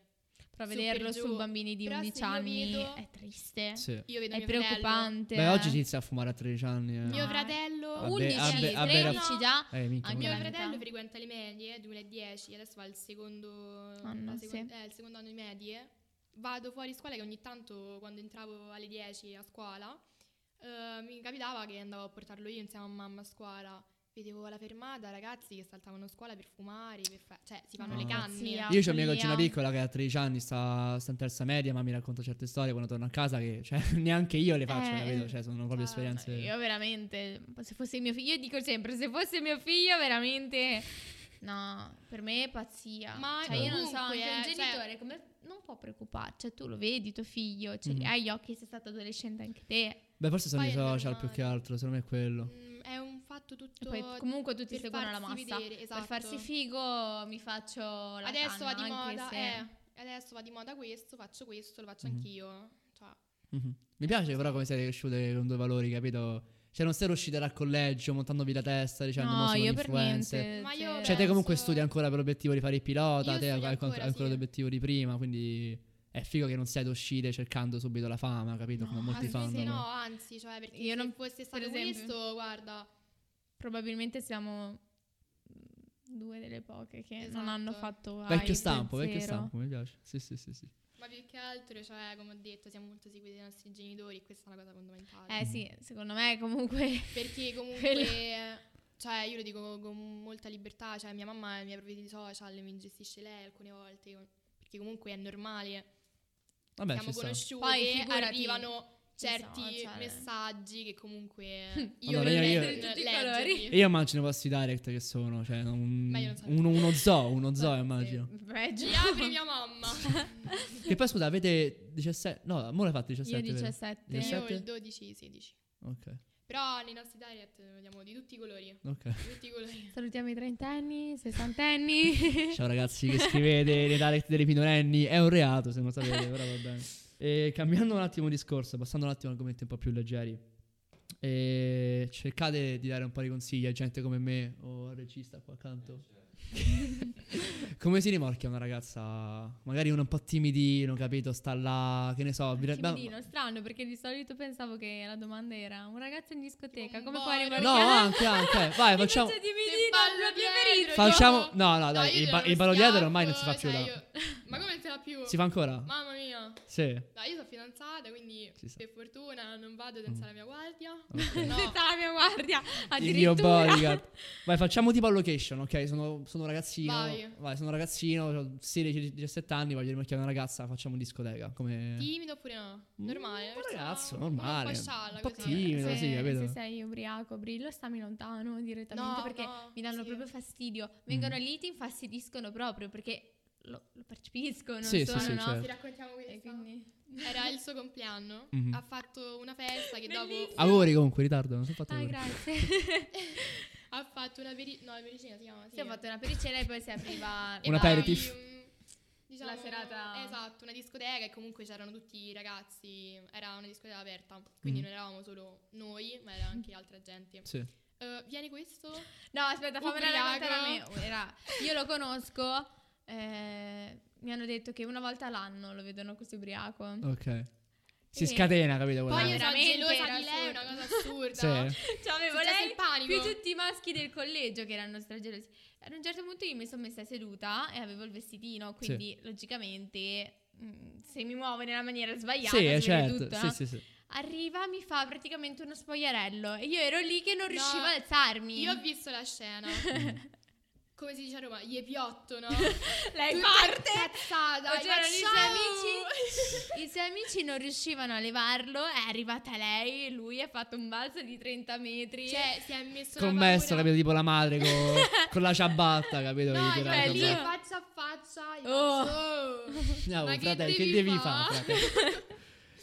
S2: Però
S3: super
S2: vederlo
S3: giù.
S2: su bambini di
S3: Però se
S2: 11
S3: io
S2: anni
S3: vedo-
S2: è triste.
S1: Sì.
S3: io vedo
S2: È
S3: mio fratello.
S2: preoccupante.
S1: Beh, oggi si inizia a fumare a 13 anni. Eh.
S3: eh. Mio
S2: No.
S3: fratello...
S1: Vabbè,
S2: 11,
S1: vabbè, vabbè,
S2: 13 già.
S1: Eh, minchia,
S2: Anche
S1: ma-
S3: Mio
S2: la
S3: fratello
S2: metà.
S3: frequenta le medie 2010, adesso va al secondo
S2: Anno,
S3: la secon-
S2: Ah, sì.
S3: eh, il secondo anno di medie. Vado fuori scuola che ogni tanto quando entravo alle 10 a scuola eh, mi capitava che andavo a portarlo io insieme a mamma a scuola. Vedevo la fermata, ragazzi che saltavano a scuola per fumare, per fa- cioè si fanno
S1: No,
S3: le canne.
S2: sì,
S1: Io ho
S2: ah.
S1: un mio
S2: follia.
S1: cugina piccola che ha 13 anni, sta, sta in terza media, ma mi racconta certe storie quando torno a casa che cioè, <laughs> neanche io le faccio,
S2: Eh,
S1: capito? Cioè, sono proprio
S3: ah,
S1: esperienze...
S2: Io veramente, se fosse mio figlio, io dico sempre, se fosse mio figlio veramente... No, per me è pazzia.
S3: Ma
S2: cioè, io non so, anche
S3: comunque,
S2: un
S3: eh, cioè-
S2: genitore come non può preoccuparci, cioè, tu lo vedi tuo figlio, cioè,
S1: Mhm.
S2: hai gli occhi, sei stato adolescente anche te.
S1: Beh, forse sono
S3: Poi
S1: i
S3: è
S1: social
S3: normale.
S1: più che altro, secondo me è quello.
S3: Mm, è un fatto
S2: E
S3: tutto
S2: poi comunque tutti
S3: per
S2: seguono la
S3: farsi
S2: massa.
S3: vedere, esatto.
S2: Per farsi figo mi faccio la
S3: adesso
S2: canna,
S3: va di
S2: anche
S3: moda,
S2: se-
S3: eh, adesso va di moda questo, faccio questo, lo faccio
S1: Mhm.
S3: anch'io. Cioè,
S1: Mhm. Mi piace però come siete cresciute con due valori, capito? Cioè, non siete uscite dal collegio montandovi la testa dicendo "Mo
S2: No,
S1: sono
S2: io
S1: un
S2: per
S1: influencer".
S2: niente.
S3: Ma
S2: zero.
S3: io
S1: Cioè, te comunque
S3: Penso-
S1: studi ancora per l'obiettivo di fare il pilota,
S3: Io
S1: te hai
S3: studio
S1: hai ancora,
S3: ancora, sì.
S1: l'obiettivo di prima, quindi è figo che non siete uscite cercando subito la fama, capito? Come
S2: No,
S1: molti
S3: Anzi,
S1: fanno.
S3: Ah, sì,
S1: però.
S3: no, anzi, cioè, perché
S2: Io
S3: se
S2: non-
S3: fosse stato
S2: esempio-
S3: questo, guarda,
S2: Probabilmente siamo due delle poche che non hanno
S3: Esatto.
S2: fatto
S1: Vecchio
S2: hype,
S1: stampo, vecchio
S2: zero.
S1: stampo, mi piace. Sì, sì, sì, sì.
S3: ma più che altro, cioè, come ho detto, siamo molto seguiti dai nostri genitori, questa è una cosa fondamentale.
S2: Eh sì, secondo me comunque
S3: Perché
S2: quello-
S3: comunque, cioè, io lo dico con molta libertà, cioè, mia mamma mi ha profili di social, mi gestisce lei alcune volte, io- perché perché comunque è normale.
S1: Vabbè,
S3: Siamo
S1: ci sta.
S3: conosciute,
S2: Poi, figurati, cioè.
S3: arrivano certi
S2: social.
S3: messaggi
S2: <laughs>
S3: che comunque io
S1: Madonna,
S3: non
S1: io-
S3: le-
S2: Tutti i
S3: leggerli.
S2: colori.
S1: E io immagino questi direct che sono, cioè, un-
S3: Ma io non so.
S1: uno, uno zoo,
S3: <laughs>
S1: uno zoo
S3: Sì.
S1: immagino.
S2: Peggio.
S3: Ci apri mia mamma.
S1: <laughs> Che poi scusa, avete 17, no, ora fate 17.
S2: Io
S1: vero?
S2: 17.
S1: Diciassette.
S3: Io il 12, 16.
S1: Ok,
S3: Però nei nostri direct vediamo di tutti i colori.
S2: <laughs>
S1: ok.
S3: Di tutti i colori.
S2: Salutiamo i
S1: <laughs>
S2: trentenni, sessantenni.
S1: Ciao ragazzi che scrivete nei direct delle minorenni, è un reato se non sapete, però va
S2: <laughs>
S1: bene. E cambiando un attimo discorso, passando un attimo a argomenti un po' più leggeri, e cercate di dare un po' di consigli a gente come me o al regista qua accanto. <laughs> come si rimorchia una ragazza, magari uno un po' timidino, capito, sta là, che ne so. vi-
S2: Ah, Timidino, strano, perché di solito pensavo che la domanda era un ragazzo in discoteca,
S3: Un
S2: come puoi
S3: boy,
S2: arrivare?
S1: No, anche, anche, vai, facciamo...
S2: Invece
S3: Che
S2: timidino,
S3: ballo
S2: il mio
S3: dietro,
S2: preferito.
S3: cioè-
S1: Facciamo... No, no,
S3: io
S1: Ah, dai, il,
S3: gli
S1: ba-
S3: do
S1: il
S3: uno
S1: ballo dietro
S3: schiaffo,
S1: ormai non si fa più
S3: cioè,
S1: là.
S3: io- <laughs> Ma come non si fa più?
S1: Si fa ancora?
S3: Mamma mia. <laughs>
S1: Sì.
S3: No, io sono fidanzata, quindi
S1: Ci sta.
S3: per fortuna non vado senza la mia guardia.
S1: Mm. Ok.
S3: No.
S2: Senza la mia guardia,
S1: il mio
S2: addirittura.
S1: bodyguard. Vai, facciamo tipo a location, ok? Sono, sono ragazzino.
S3: Vai.
S1: Vai, sono ragazzino, ho 16-17 anni, voglio rimorchiare una ragazza, facciamo discoteca. Come...
S3: Timido oppure no? Normale.
S1: Mm, Un
S3: una persona-
S1: ragazzo,
S3: Un
S1: normale.
S3: po' scialla,
S1: Un po'
S3: così.
S1: timido,
S2: se,
S1: sì, capito?
S2: se sei ubriaco, brillo, stammi lontano direttamente
S3: No,
S2: perché
S3: no,
S2: mi danno
S3: sì.
S2: proprio fastidio.
S1: Mm.
S2: Vengono lì, ti infastidiscono proprio perché lo, lo percepiscono.
S1: Sì, sì,
S2: sono,
S1: sì,
S2: no?
S1: certo.
S3: Ti raccontiamo
S2: E
S3: questa.
S2: quindi...
S3: Era il suo compleanno.
S1: Mhm.
S3: Ha fatto una festa che dopo
S2: Bellissimo.
S1: Auguri comunque, in ritardo, non sono fatto
S2: Ah,
S1: auguri.
S3: <laughs>
S2: grazie. <laughs>
S3: ha fatto una veri- no, la pericina si chiama, sì.
S2: si è fatto una pericela e poi
S1: <laughs>
S2: si apriva
S3: E
S1: Un
S3: poi,
S1: aperitif.
S3: mm, diciamo,
S2: La serata-
S3: Esatto, una discoteca e comunque c'erano tutti i ragazzi, era una discoteca aperta, quindi
S1: Mhm.
S3: non eravamo solo noi, ma era anche altra gente.
S1: Sì.
S3: Eh, viene questo?
S2: No, aspetta, fammi
S3: Ubriaco.
S2: raccontare a me. Oh, Era- io lo conosco. eh, mi hanno detto che una volta l'anno lo vedono così ubriaco.
S1: Ok. Si
S2: E-
S3: Eh,
S1: scatena, capito?
S3: Poi io
S1: Quella...
S3: sono
S2: veramente
S3: gelosa
S2: era
S3: di lei, è una
S2: assurdo.
S3: cosa assurda.
S1: Sì.
S2: Cioè, avevo
S3: Successo
S2: lei
S3: il panico.
S2: più tutti i maschi del collegio che erano stragelosi. Ad un certo punto io mi sono messa seduta e avevo il vestitino,
S1: Sì.
S2: quindi logicamente mm, se mi muovo nella maniera sbagliata,
S1: Sì,
S2: si
S1: eh,
S2: vede
S1: certo.
S2: tutto,
S1: Sì,
S2: no?
S1: sì, sì.
S2: arriva mi fa praticamente uno spogliarello e io ero lì che non
S3: No,
S2: riuscivo ad alzarmi.
S3: Io ho visto la scena. Come si dice a Roma, gli è piotto, no?
S2: Lei
S3: Tutta
S2: parte,
S3: incazzata,
S2: o
S3: gli
S2: c'erano i
S3: faccio,
S2: suoi amici, i suoi amici non riuscivano a levarlo, è arrivata lei e lui ha fatto un balzo di 30 metri.
S3: Cioè, si è messo una
S1: Commesso,
S3: paura.
S1: capito? Tipo la madre
S3: <laughs>
S1: con, con la ciabatta, capito? che
S3: No,
S1: gli tira la
S3: cioè,
S2: bello.
S3: lì
S1: ciabatta.
S3: faccia a faccia. gli
S2: Oh.
S3: faccio, "Oh".
S1: No,
S3: Ma che
S1: fratello, che
S3: devi
S1: devi
S3: fa?
S1: fare? fratello?
S3: <laughs>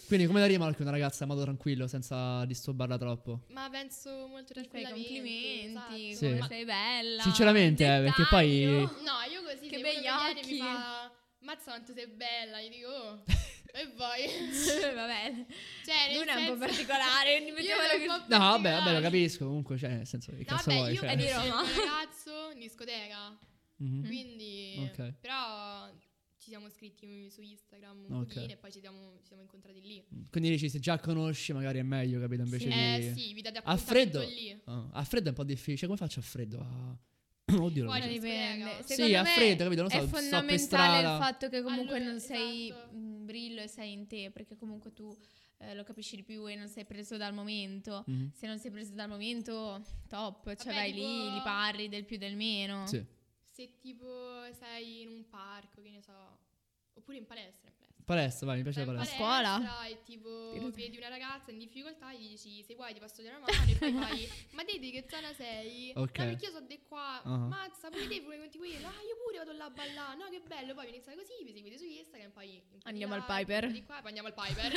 S1: Quindi come la rimarchi una ragazza a modo tranquillo senza disturbarla troppo?
S3: Ma penso molto
S2: Ti fai i
S3: tranquillamente.
S2: complimenti,
S1: Sì.
S3: esatto.
S2: come
S1: Ma-
S2: sei bella.
S1: Sinceramente, eh, perché poi-
S2: dettaglio.
S3: No, io così
S2: Che bei
S3: se uno mi viene e
S2: occhi.
S3: mi fa "Mazza quanto sei bella", gli dico <laughs> "Oh". E poi
S2: Vabbè,
S3: <laughs> cioè,
S1: Eh,
S3: nel
S2: Luna è un po'
S3: senso-
S2: particolare, ogni
S3: <laughs> Io
S2: mettiamola
S3: ero un
S2: che-
S3: po'
S1: No, vabbè, vabbè, lo
S3: particolare.
S1: capisco. Comunque, cioè, nel senso, che
S3: No,
S1: cazzo
S3: vabbè,
S1: vuoi?
S3: io
S1: cioè.
S2: è di Roma.
S3: conosco un ragazzo in discoteca,
S1: Mhm.
S3: quindi
S1: Ok.
S3: però ci siamo scritti su Instagram un
S1: Ok.
S3: pochino e poi ci siamo, ci siamo incontrati lì.
S1: Quindi dici, se già conosci, magari è meglio, capito? Invece di...
S3: Eh Mm. sì, vi date
S1: A
S3: appuntamento
S1: freddo?
S3: lì.
S1: Ah, a freddo è un po' difficile. Cioè, come faccio a freddo? Ah, <coughs> Oddio, lo
S3: Fuori
S2: Ma
S1: so.
S3: di-
S2: dipende.
S3: Sì,
S2: Secondo
S1: a
S2: me
S1: freddo, capito? Non so,
S2: è
S1: sto per
S2: fondamentale
S1: strada.
S2: il fatto che comunque
S3: Allora,
S2: non sei
S3: esatto.
S2: mh, brillo e sei in te, perché comunque tu eh, lo capisci di più e non sei preso dal momento.
S1: Mhm.
S2: Se non sei preso dal momento, top, cioè
S3: Vabbè,
S2: vai
S3: tipo-
S2: lì, gli parli del più del meno.
S1: Sì.
S3: Se tipo sei in un parco, che ne so, oppure in palestra, in palestra.
S1: Palestra, vai, mi piace
S3: Sei
S1: la
S3: in
S1: palestra.
S3: palestra E tipo
S2: Tiro-
S3: vedi una ragazza in difficoltà e gli dici se vuoi ti posso dare una mano e poi fai ma te di che zona sei?
S1: Ok.
S3: No perché io so di qua,
S1: Ah.
S3: mazza pure te pure conti quello, ah io pure vado là a ballare, no che bello, poi vi iniziate così, vi seguite su Instagram poi... un po'
S2: Andiamo
S3: di
S2: al
S3: là, un po'
S2: Piper.
S3: Di qua, poi andiamo
S2: <laughs>
S3: al Piper.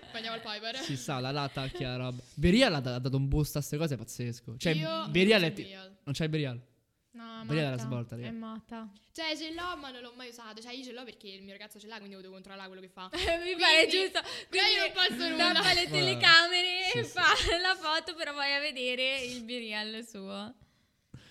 S3: poi andiamo al Piper.
S1: Si sa, la latta che roba. Berial ha da- ha dato un boost a queste cose pazzesco. Cioè,
S3: Io-
S1: Berial
S3: io
S1: è
S3: so
S1: ti-
S3: Berial.
S1: Non c'è Berial.
S2: No,
S1: Bella la
S2: matta,
S1: svolta, lì.
S2: È matta.
S3: Cioè ce l'ho ma non l'ho mai usato, cioè io ce l'ho perché il mio ragazzo ce l'ha quindi devo controllare quello che fa.
S2: Mi pare
S3: Quindi-
S2: giusto.
S3: però io non posso nulla.
S2: Tappa le
S1: Guarda.
S2: telecamere
S1: Sì,
S2: e
S1: sì.
S2: fa la foto, però vai a vedere il birial suo.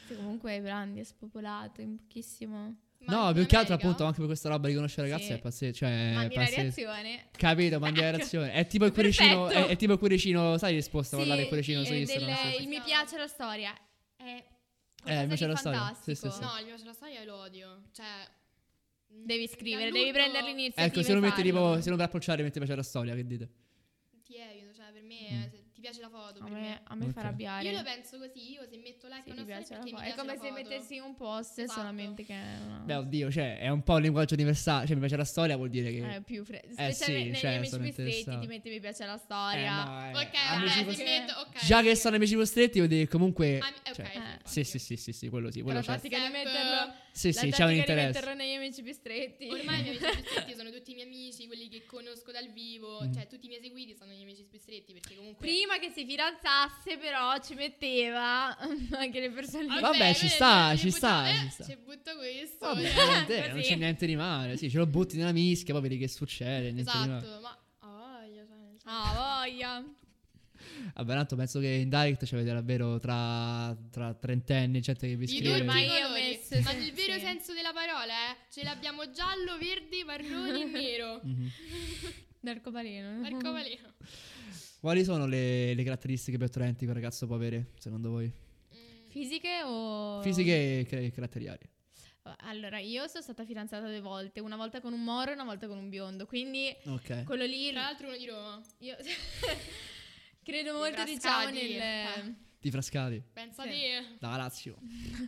S2: Sì, comunque Brandi è spopolato in pochissimo.
S3: Ma
S1: no,
S3: in
S1: più che altro,
S3: America?
S1: appunto, anche per questa roba di conoscere ragazzi
S2: Sì.
S1: è pazzesco. Cioè,
S2: Ma
S1: è
S2: di una
S1: pazzesco.
S2: reazione.
S1: Capito, mandi la
S2: Ecco.
S1: reazione. È tipo il cuoricino, è,
S2: Perfetto.
S1: è tipo il cuoricino, sai risposta,
S2: Sì,
S1: parlare il cuoricino
S2: eh,
S1: su
S2: del-
S1: Instagram. sì, sì.
S2: Il mi piace la storia.
S1: Eh,
S2: È qualcosa
S1: mi piace
S2: di
S1: la storia.
S2: fantastico.
S1: Sì, sì, sì.
S3: No, il mio sulla storia lo odio. Cioè. mm,
S2: Devi scrivere,
S3: dall'urto
S2: devi prendere l'iniziativa
S1: Ecco, se lo
S2: e
S1: metti
S2: farlo.
S1: tipo, se lo per approcciare metti piace la storia, che dite?
S3: Ti evito, cioè, per me,
S1: Mm.
S3: se- piace la foto.
S2: A
S3: per
S2: me,
S3: me.
S2: a me
S1: Ok.
S2: fa arrabbiare.
S3: Io lo penso così, io se metto like
S2: Sì,
S3: a
S2: ti
S3: una
S2: piace
S3: storia
S2: la foto.
S3: perché mi
S2: È
S3: piace
S2: come
S3: la
S2: se
S3: foto.
S2: mettessi un post
S3: Esatto.
S2: solamente che è una-
S1: Beh, oddio, cioè, è un po' un linguaggio universale. Cioè, mi piace la storia, vuol dire che.
S2: eh, più fre-
S1: Eh, sì,
S2: Specialmente
S1: cioè,
S2: negli amici
S1: sono
S2: più stretti
S1: interessato.
S2: ti metti mi piace la
S1: Eh,
S2: storia.
S1: no, eh,
S3: Ok,
S1: amici
S3: vabbè,
S2: cos-
S3: ti
S1: costretti-
S3: metto, ok.
S1: Già che sono amici costretti, vuol dire che comunque.
S3: Ami- eh, ok,
S1: cioè,
S3: sì,
S1: sì,
S3: infatti.
S1: sì, sì, sì, sì, quello sì,
S2: Però
S1: quello
S2: la
S1: c'è.
S2: tattica di
S3: Sempre-
S2: metterlo,
S1: Sì,
S2: la
S1: sì, c'è
S2: tattica
S1: un
S2: di
S1: interesse.
S2: metterlo negli amici più stretti.
S3: Ormai i miei amici più
S1: <laughs>
S3: stretti sono tutti i miei amici, quelli che conosco dal vivo,
S1: Mm.
S3: cioè tutti i miei seguiti sono i miei amici più stretti perché comunque...
S2: <laughs> Prima che si fidanzasse, però, ci metteva <laughs> anche le persone.
S1: Vabbè, ci
S3: quello
S1: sta,
S3: ci
S1: ci
S3: butto-
S1: sta,
S3: eh,
S1: ci sta.
S3: Ci butto questo.
S1: Vabbè,
S3: cioè,
S1: niente,
S3: così.
S1: non c'è niente di male. Sì, ce lo butti nella mischia, poi vedi che succede. Niente di male.
S3: Esatto, ma... Ah, io so, nel senso-
S2: Ah, voglia.
S1: Vabbè, tanto penso che in direct ci avete davvero tra, tra trentenni, gente che vi
S3: Di
S1: scrive.
S3: tutti i
S2: Ormai io ho
S3: colori,
S2: messo-
S3: ma nel vero
S2: sì.
S3: senso della parola, eh, ce l'abbiamo giallo, verde, marrone e
S2: <laughs>
S3: nero.
S1: Mhm.
S2: D'arcobaleno.
S3: Arcobaleno.
S1: Quali sono le, le caratteristiche più attraenti che un ragazzo può avere, secondo voi?
S2: Ehm. <laughs>
S3: Mm.
S2: Fisiche o.
S1: Fisiche e ca- caratteriali.
S2: Allora, io sono stata fidanzata due volte, una volta con un moro e una volta con un biondo, quindi
S1: Ok.
S2: quello lì
S3: Tra l'altro uno di Roma.
S2: io <laughs> credo molto diciamo
S3: Frascati,
S2: nel
S3: eh.
S1: Di Frascati.
S3: Pensa
S2: Sì.
S3: <laughs> te,
S1: Da Lazio.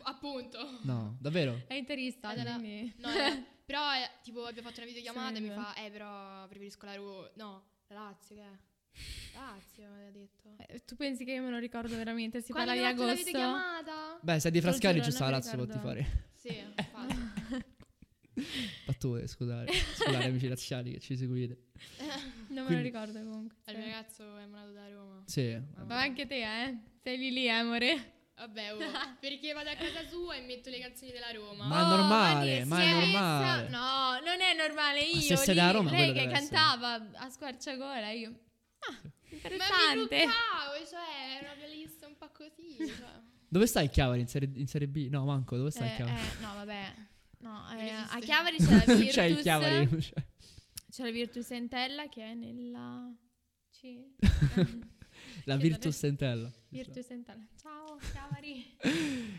S3: appunto.
S1: No, davvero?
S2: è interista,
S3: Vado là.
S2: quindi <laughs>
S3: No, no, però eh, tipo abbiamo fatto una videochiamata e mi
S2: Sarebbe.
S3: fa, eh però preferisco la Roma. No, la Lazio che è? Lazio, mi ha detto.
S2: Eh, tu pensi che io me lo ricordo veramente, si
S3: Quando
S2: parla di
S3: abbiamo fatto
S2: agosto.
S3: La videochiamata?
S1: Beh, se è di
S2: Lo
S1: Frascati
S2: giuro,
S1: ci
S2: non
S1: sta
S2: mi
S1: Lazio, lo
S2: ricordo.
S1: tifare.
S2: <laughs>
S3: Sì, infatti.
S1: Battute, eh, scusate.
S2: <laughs>
S1: Scusate, amici laziali che ci seguite.
S2: Non me lo
S1: Quindi-
S2: ricordo comunque. cioè.
S3: Il mio ragazzo è malato da Roma.
S1: Sì. vabbè.
S2: Ma anche te, eh? Sei lì lì, eh, amore.
S3: Vabbè,
S2: <laughs>
S3: oh, perché vado a casa sua e metto le canzoni della
S2: Oh,
S3: Roma.
S1: Ma è normale, ma è
S2: si
S1: normale.
S2: messa- No, non è normale io.
S1: Ma se sei
S2: lì,
S1: da Roma,
S2: lei
S1: quello
S2: che
S1: deve essere.
S2: cantava a squarciagola, io Ah,
S3: Ma mi
S2: interessante.
S3: truccavo, cioè, era una playlist un po' così.
S2: <laughs>
S3: Cioè.
S1: Dove stai Chiavari in serie, in serie B? No, manco, dove stai
S2: Eh,
S1: Chiavari?
S2: eh, no, vabbè. No, eh,
S3: esiste.
S1: <laughs>
S2: a Chiavari c'è la Virtus.
S1: c'è il Chiavari. cioè.
S2: C'è la Virtus Entella che è nella
S1: <laughs>
S2: C.
S1: La
S2: Che
S1: Virtus
S2: dove-
S1: Sentella.
S2: Virtus Entella. Ciao, Chiavari.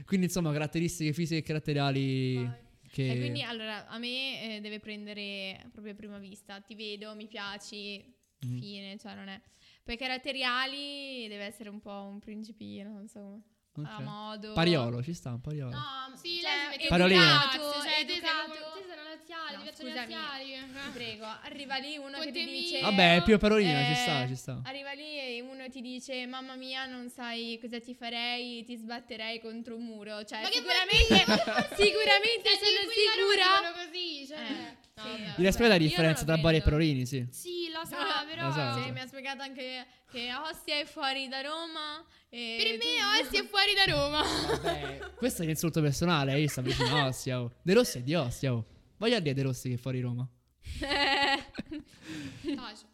S1: Quindi, insomma, caratteristiche fisiche e caratteriali
S3: Vai.
S1: che...
S2: E quindi allora a me eh, deve prendere proprio a prima vista. Ti vedo, mi piaci,
S1: Mm.
S2: fine, cioè non è. Poi caratteriali deve essere un po' un principino, non so come. A
S1: Ok.
S2: modo.
S1: Pariolo, ci sta un pariolo.
S2: No,
S3: Sì,
S2: cioè,
S3: lei si mette
S1: Parolina.
S2: educato,
S3: Cioè, te sei
S2: educato.
S3: come- Te sei una laziale,
S2: No,
S3: ti piacciono i
S2: scusami. Ti
S3: laziali.
S2: prego, arriva lì uno che ti
S3: Conte
S2: dice...
S3: mio.
S1: Vabbè, è più parolina, ci
S2: Eh,
S1: sta, ci sta.
S2: Arriva lì e uno ti dice: Mamma mia, non sai cosa ti farei, ti sbatterei contro un muro. Cioè,
S3: Ma che
S2: sicuramente,
S3: vuol dire? Ma <laughs> che vuol dire?
S2: <laughs> sicuramente
S3: Cioè,
S2: sono
S3: qui a Roma
S2: sicura.
S3: dicono così, cioè.
S2: Eh,
S3: No,
S2: sì.
S3: vabbè.
S1: Mi spiegare la
S2: io non
S1: differenza
S2: lo
S1: tra Bari e
S2: prendo.
S1: Parolini, sì.
S3: Sì, lo so,
S2: Ah,
S3: però...
S1: esatto.
S2: Sì, mi ha spiegato anche che Ostia è fuori da Roma. E
S3: Per me
S2: tu-
S3: Ostia è fuori da Roma.
S1: Vabbè, questo è un insulto personale, eh, io sto vicino a Ostia. oh. De Rossi è di Ostia, oh. Voglio dire De Rossi che è fuori Roma.
S2: <laughs> Eh,
S3: <laughs> Taci.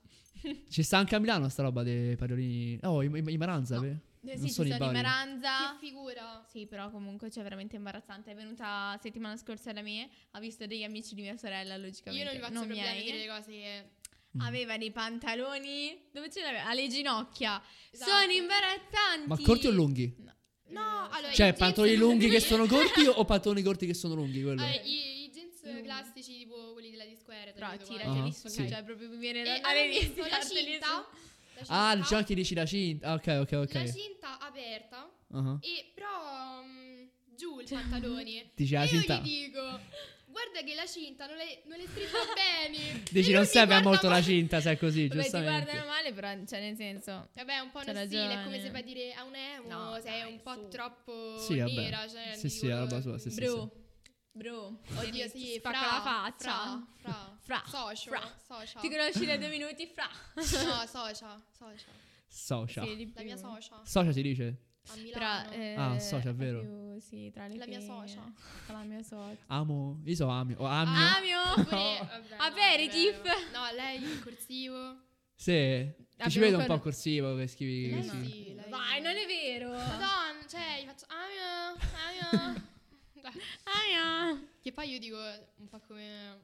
S1: Ci sta anche a Milano sta roba dei Pariolini. Oh, i, i- i Maranza,
S2: No.
S1: beh. non
S2: Eh, sì, ci
S1: sono
S2: sono
S1: i
S2: di
S1: Bari.
S2: Maranza.
S3: Che figura.
S2: Sì, però comunque c'è veramente imbarazzante. È venuta settimana scorsa da me, ha visto degli amici di mia sorella,
S3: Io
S2: logicamente.
S3: non mi faccio problemi a
S2: miei.
S3: vedere le cose...
S1: Mm.
S2: Aveva dei pantaloni. Dove ce l'aveva? Alle ginocchia.
S3: Esatto.
S2: Sono imbarazzanti.
S1: Ma corti o lunghi?
S3: No, allora... i
S1: Cioè,
S3: jeans-
S1: pantaloni lunghi che
S2: <laughs>
S1: sono corti o pantaloni corti che sono lunghi? Quello.
S3: Eh, i, i jeans
S2: Lunghi.
S3: classici tipo quelli della Disquare.
S2: Però
S1: Ah,
S2: tirateli su,
S1: sì.
S2: cioè proprio mi viene da
S3: E
S2: andare
S3: avevo
S2: lì,
S3: visto
S2: <laughs>
S3: Eh, la
S2: tirateli
S3: cinta. la
S1: Ah,
S3: cinta-
S1: c'è anche dici la cinta. Ah, Ok, ok, ok.
S3: La cinta aperta.
S1: Ah, ah.
S3: E però mm, giù il <laughs> pantalone.
S1: Dici
S3: e
S1: la
S3: io
S1: cinta.
S3: gli dico: guarda che la cinta non è, non
S1: <laughs>
S3: è stretta bene.
S1: Dici
S3: E
S1: non
S3: lui mi
S1: serve a
S3: guarda
S1: molto la
S3: male.
S1: cinta se è così,
S2: su. Vabbè, ti guardano
S1: giustamente.
S2: male, però cioè nel senso.
S3: Vabbè, è un po' uno
S2: C'ha
S3: stile, è
S2: ragione.
S3: come se vai a dire a un emo,
S2: No,
S3: sei
S2: dai,
S3: un po'
S2: su.
S3: troppo
S1: Sì, vabbè.
S3: nera. Cioè,
S1: Sì, sì, è la roba sua, sì, sì,
S2: Bro. Bro. Oddio, ti spacca la faccia.
S3: Fra,
S2: Fra, <laughs>
S3: socio,
S2: fra.
S3: socia.
S2: Ti conosci da due minuti fra.
S3: No, socia, socia.
S1: Socia.
S2: Sì, di
S3: La mia
S2: più.
S3: socia
S1: Socia si dice?
S3: a
S2: Però,
S3: Milano.
S2: eh,
S1: Ah, socia, è vero.
S2: più, sì, tra le
S3: La mia socia.
S2: Con la mia socia.
S1: Amo. Io so Amio. O Amio.
S2: Ah,
S1: <laughs>
S2: Amio. <laughs>
S3: Pure- vabbè, no,
S2: Aperitif.
S3: vabbè, no. No, lei in corsivo.
S1: Sì. Ti ci
S2: Abbiamo
S1: vedo un
S2: quello-
S1: po' corsivo che scrivi
S3: Lei
S1: così.
S3: sì, lei-
S2: Vai, non è <laughs> vero.
S3: Madonna, cioè, gli faccio Amio,
S2: <laughs>
S3: Amio.
S2: Amio.
S3: Che poi io dico un po' come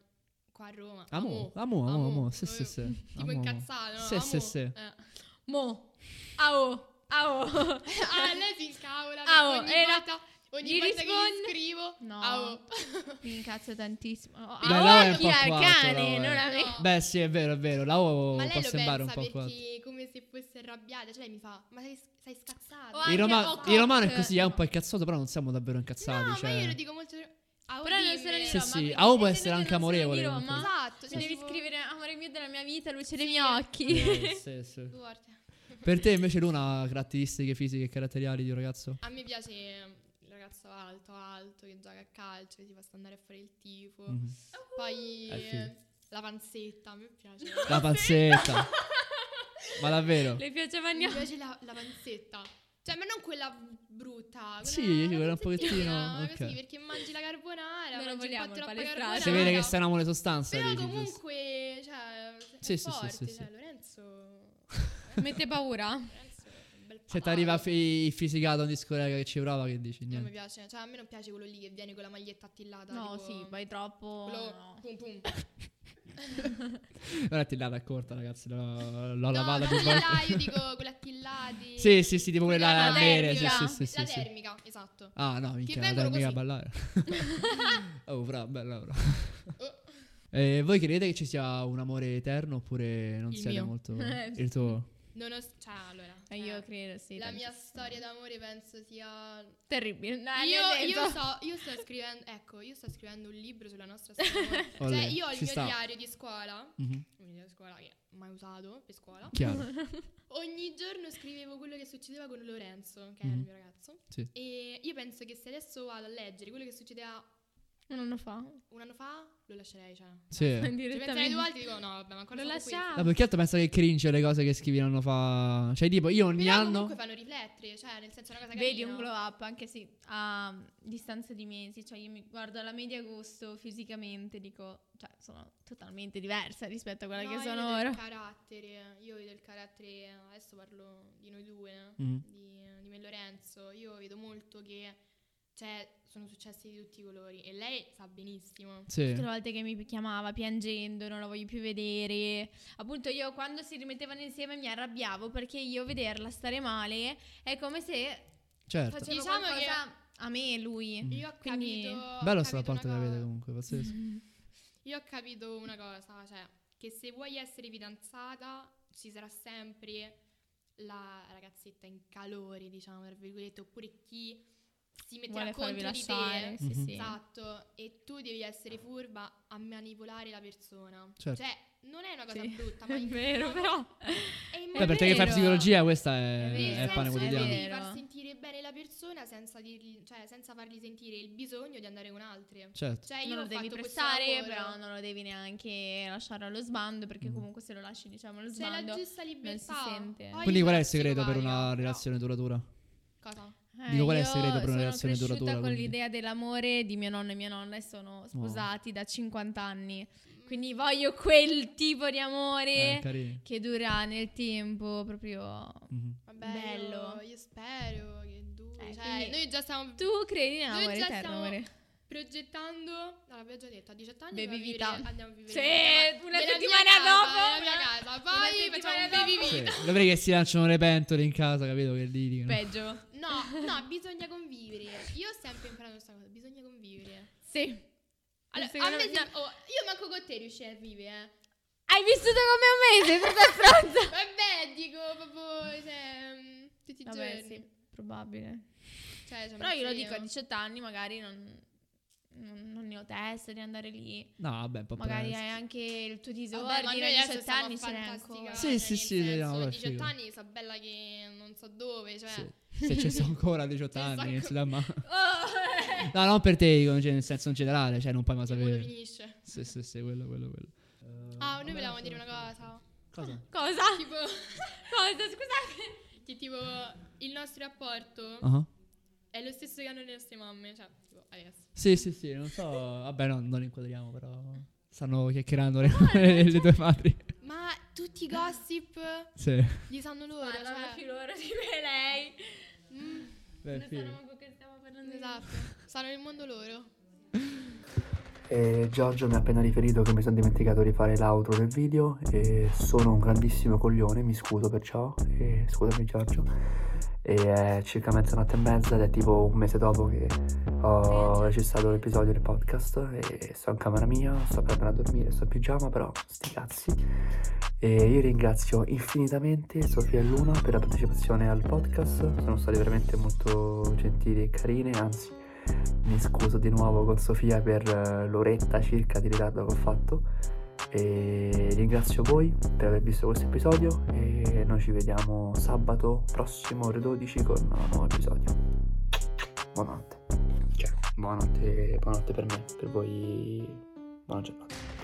S3: qua a Roma.
S1: Amo, amo, amo, amo. Sì, sì, sì.
S3: Tipo
S1: Amo, amo.
S3: incazzato,
S1: Sì,
S3: no?
S1: sì,
S3: Amo.
S1: sì.
S3: Eh. <laughs>
S2: Mo. Ao. Ao.
S3: Ah, lei si incavola.
S2: Amo,
S3: ogni
S2: era-
S3: volta, Ogni
S2: Gli
S3: volta
S2: rispondo- Eh,
S3: che gli scrivo,
S2: <laughs> No.
S3: au.
S2: <laughs> Mi incazzo tantissimo. Oh,
S1: Beh,
S2: ah,
S1: Laura è un
S2: occhi
S1: po'
S2: al
S1: quarto,
S2: cane,
S1: Laura.
S2: non a me.
S3: No.
S1: Beh, sì, è vero, è vero. La O
S3: ma lei
S1: può
S3: lo
S1: sembrare
S3: pensa
S1: un po'
S3: perché
S1: quattro.
S3: come se fosse arrabbiata, cioè lei mi fa, ma sei, sei scazzata.
S2: Oh, anche
S1: Il, Roma-
S2: Ocon.
S1: il romano è così, è un po' incazzato, però non siamo davvero incazzati.
S3: no,
S1: cioè...
S3: ma io lo dico molto... "Ah, Au,
S2: Però non
S3: dimmi.
S2: sono di
S1: Sì,
S2: Roma.
S1: sì,
S2: quindi
S1: Au può
S2: essendo
S1: essere
S2: che
S1: anche
S2: non sono di
S1: amorevole,
S2: Roma,
S1: comunque.
S3: eh." Esatto.
S2: Cioè, devi
S3: tipo-
S2: scrivere amore mio della mia vita, luce dei
S3: Sì.
S2: miei occhi.
S1: Eh, sì,
S3: <laughs>
S1: sì.
S3: Due volte.
S1: Per te invece Luna ha caratteristiche fisiche e caratteriali di un ragazzo?
S3: A me piace il ragazzo alto, alto, che gioca a calcio, che si fa sta andare a fare il tifo.
S1: Mhm.
S3: Poi
S1: Eh, figo.
S3: la panzetta, a me piace.
S1: <laughs> La panzetta. Ma davvero?
S2: <laughs> Le piaceva
S3: Mi
S2: andiamo.
S3: piace la, la panzetta. Cioè, ma non quella brutta. Quella,
S1: Sì,
S3: la
S1: quella un
S3: panzettina,
S1: pochettino,
S3: così,
S1: ok.
S3: perché mangi la carbonara,
S2: Non lo
S3: mangi il
S2: vogliamo il
S3: patroppa
S2: palestrate.
S3: carbonara.
S1: Si vede che sei un amore sostanza.
S3: Però
S1: dici, giusto?
S3: comunque, cioè, è
S1: Sì, sì, sì,
S3: forte,
S1: sì, sì.
S3: cioè, Lorenzo...
S2: Mette paura?
S3: Lorenzo è un bel
S1: Se ti
S3: palo.
S1: arriva fi- il fisicato di scorrega che ci prova, che dici?
S3: Non mi
S1: Niente.
S3: piace, cioè a me non piace quello lì che viene con la maglietta attillata.
S2: No,
S3: tipo,
S2: sì, poi troppo.
S3: quello <laughs>
S2: no.
S3: pum pum.
S1: Ora ti dà corta, ragazzi. L'ho, l'ho
S3: no,
S1: lavata più
S3: quella
S1: volte.
S3: là, io dico quella attillati.
S1: Sì, sì, sì, tipo quella
S3: La
S1: là nere. Sì,
S3: termica,
S1: sì, sì, sì,
S3: La
S1: sì.
S3: termica, esatto.
S1: Ah, no, minchia, la
S3: vengono
S1: termica a
S3: così.
S1: ballare. <laughs> oh, brava, bella, brava.
S3: Oh.
S1: Eh, voi credete che ci sia un amore eterno oppure non
S3: Il
S1: siete
S3: mio.
S1: molto...
S3: <laughs>
S2: Eh,
S1: Il tuo?
S3: Non ho, cioè, allora,
S2: Eh,
S3: eh,
S2: Io credo sì.
S3: la mia
S2: tantissimo.
S3: storia d'amore penso sia
S2: <laughs> Terribile. Dai,
S3: io,
S2: Ah, nel
S3: io
S2: senso-
S3: so, io sto scrivendo, ecco, io sto scrivendo un libro sulla nostra storia.
S2: <laughs>
S3: cioè,
S1: Olè,
S3: io ho il
S1: ci
S3: mio
S1: sta.
S3: diario di scuola, un
S1: Mhm,
S3: diario di scuola che mai usato per scuola. <laughs>
S1: Chiaro.
S3: Ogni giorno scrivevo quello che succedeva con Lorenzo, che era
S1: Mhm.
S3: il mio ragazzo. <laughs>
S1: Sì.
S3: E io penso che se adesso vado a leggere quello che succedeva
S2: Un anno fa.
S3: un anno fa, lo lascerei, cioè.
S1: Sì.
S3: Ci
S2: <laughs>
S3: penserei
S2: Direttamente.
S3: due volte e dico no, vabbè, ma ancora
S2: Lo
S3: sono
S2: lasciamo.
S1: No, perché altro penso che cringe le cose che scrivi un anno fa. Cioè, tipo, io ogni
S3: Però
S1: anno.
S3: comunque fanno riflettere, cioè nel senso è una cosa
S2: Vedi
S3: carina.
S2: un glow up anche se a distanza di mesi, cioè io mi guardo alla media agosto fisicamente, dico, cioè sono totalmente diversa rispetto a quella
S3: No,
S2: che
S3: io
S2: sono
S3: vedo
S2: ora.
S3: il carattere, io vedo il carattere, adesso parlo di noi due,
S2: Mm-hmm.
S1: Mm.
S3: di, di me e Lorenzo, io vedo molto che cioè, sono successi di tutti i colori e lei sa benissimo.
S2: Tutte
S1: Sì.
S2: le volte che mi chiamava piangendo, non la voglio più vedere. Appunto, io quando si rimettevano insieme mi arrabbiavo perché io vederla stare male è come se
S1: Certo.
S2: facevo
S3: Diciamo
S2: qualcosa a me e lui.
S1: Mm.
S3: Io ho
S2: Quindi-
S3: capito... ho
S1: Bello sta
S3: capito
S1: parte che
S3: una
S1: avete
S3: cosa-
S1: comunque, pazzesco.
S3: Io ho capito una cosa, cioè che se vuoi essere fidanzata ci sarà sempre la ragazzetta in calore, diciamo, tra virgolette, oppure chi si metterà
S2: Vuole farvi
S3: contro di
S2: lasciare,
S3: te.
S2: sì,
S1: Mhm.
S2: sì. <laughs>
S3: Esatto, e tu devi essere furba a manipolare la persona.
S1: Ah. Certo.
S3: Cioè, non è una cosa
S2: Sì,
S3: brutta,
S1: <laughs>
S3: ma
S2: È
S3: in-
S2: vero,
S3: no,
S2: però. <laughs>
S3: È in
S1: Beh, per te che fai
S2: vero.
S1: psicologia, questa
S2: È
S1: è,
S2: vero.
S1: è
S3: Nel
S2: il
S1: pane
S3: senso che
S1: quotidiano.
S2: È
S3: devi
S2: vero.
S3: far sentire bene la persona senza, dirgli- cioè, senza fargli sentire il bisogno di andare con altre.
S1: Certo.
S3: Cioè, io
S2: non
S3: ho
S2: lo devi
S3: fatto questo
S2: prestare,
S3: lavoro.
S2: però non lo devi neanche lasciare allo sbando, perché
S1: Mm.
S2: comunque se lo lasci, diciamo, allo
S3: C'è la
S2: sbando.
S3: giusta libertà.
S2: sente.
S3: Poi
S1: Quindi qual è il
S3: sono
S1: segreto per una
S3: psicopatica,
S1: relazione duratura?
S3: però- Cosa?
S2: Eh,
S1: Dico, qual è il
S2: io
S1: segreto per una
S2: sono
S1: relazione
S2: cresciuta
S1: duratura,
S2: con
S1: quindi?
S2: l'idea dell'amore di mio nonno e mia nonna e sono sposati da 50 anni. Quindi voglio quel tipo di amore
S1: Eh, carini.
S2: che dura nel tempo, proprio...
S1: Mhm.
S3: Vabbè,
S2: Bello.
S3: Io, io spero che duri.
S2: Eh,
S3: cioè,
S2: quindi-
S3: noi già stiamo
S2: Tu credi in
S3: Noi
S2: amore
S3: già
S2: eterno,
S3: siamo-
S2: amore?
S3: progettando. No, l'abbiamo già detto, a 18 anni
S2: Baby
S3: andiamo
S2: vita.
S3: a vivere- andiamo a vivere
S2: Sì,
S3: nella-
S2: una
S3: nella mia
S2: settimana
S3: casa,
S2: dopo.
S3: nella mia casa.
S2: Una
S3: Poi facciamo
S2: settimana
S3: un baby
S2: dopo.
S1: Sì.
S3: vita.
S1: Lo vedi che si lanciano le pentole in casa, capito? Che litigano.
S2: Peggio.
S3: No, no, bisogna convivere. Io ho sempre imparato questa cosa, bisogna convivere.
S2: Sì.
S3: Allora,
S2: Secondo
S3: a me
S2: me-
S3: sem- oh, io manco con te riuscirei a vivere,
S2: <laughs>
S3: eh.
S2: Hai vissuto come un mese,
S3: <laughs>
S2: tutta pronta.
S3: Vabbè, dico proprio cioè, mm, tutti i
S2: Vabbè,
S3: giorni.
S2: sì, probabile.
S3: Cioè, cioè,
S2: Però eh. io lo
S3: sì,
S2: dico a
S3: no?
S2: 18 anni, magari non, non- non ne ho testa di andare lì.
S1: No, vabbè, un po'
S2: Magari
S1: presto.
S2: hai anche il tuo
S3: Vabbè, ma noi
S2: disordine oh, a
S3: adesso
S2: 18
S3: siamo
S2: anni ce n'è
S3: fantasticati,
S2: ancora.
S1: Sì,
S3: cioè,
S1: sì,
S3: nel
S1: sì, vediamo,
S3: senso,
S1: dai,
S3: A 18
S1: figo.
S3: anni so bella che non so dove, cioè...
S1: Sì. Se ci sono ancora a 18
S3: <laughs> Ci
S1: anni,
S3: sono ancora-
S1: si dà ma...
S2: Oh! <laughs>
S1: No, non per te, dico, cioè, nel senso in generale, cioè non puoi mai
S3: che mondo
S1: sapere.
S3: finisce.
S1: Sì, sì, sì, quello, quello, quello.
S3: Ah, noi volevamo dire una cosa.
S1: Cosa?
S2: Cosa?
S3: Tipo,
S2: Cosa? Scusate.
S3: che tipo il nostro rapporto
S1: Ah.
S3: è lo stesso che hanno le nostre mamme, cioè, tipo, adesso.
S1: Sì, sì, sì, non so. Vabbè, no, non li inquadriamo, però. Stanno chiacchierando le, <laughs> le, tue madri.
S3: Ma tutti i gossip
S1: Sì.
S3: li sanno loro,
S2: Guarda, più
S3: cioè...
S2: loro di me lei.
S3: mm,
S1: Beh,
S2: non sanno
S1: figo.
S2: manco che stiamo parlando di
S3: esatto, sanno il mondo loro.
S4: E Giorgio mi ha appena riferito che mi sono dimenticato di fare l'outro del video e sono un grandissimo coglione, mi scuso perciò, e scusami Giorgio. e è circa mezzanotte e mezza ed è tipo un mese dopo che ho registrato l'episodio del podcast e sto in camera mia, sto per andare a dormire, sto in pigiama però sti cazzi e io ringrazio infinitamente Sofia e Luna per la partecipazione al podcast sono state veramente molto gentili e carine anzi mi scuso di nuovo con Sofia per eh, l'oretta circa di ritardo che ho fatto e ringrazio voi per aver visto questo episodio e noi ci vediamo sabato prossimo ore 12 con un nuovo episodio. Buonanotte. Cioè, buonanotte, buonanotte per me, per voi buona giornata.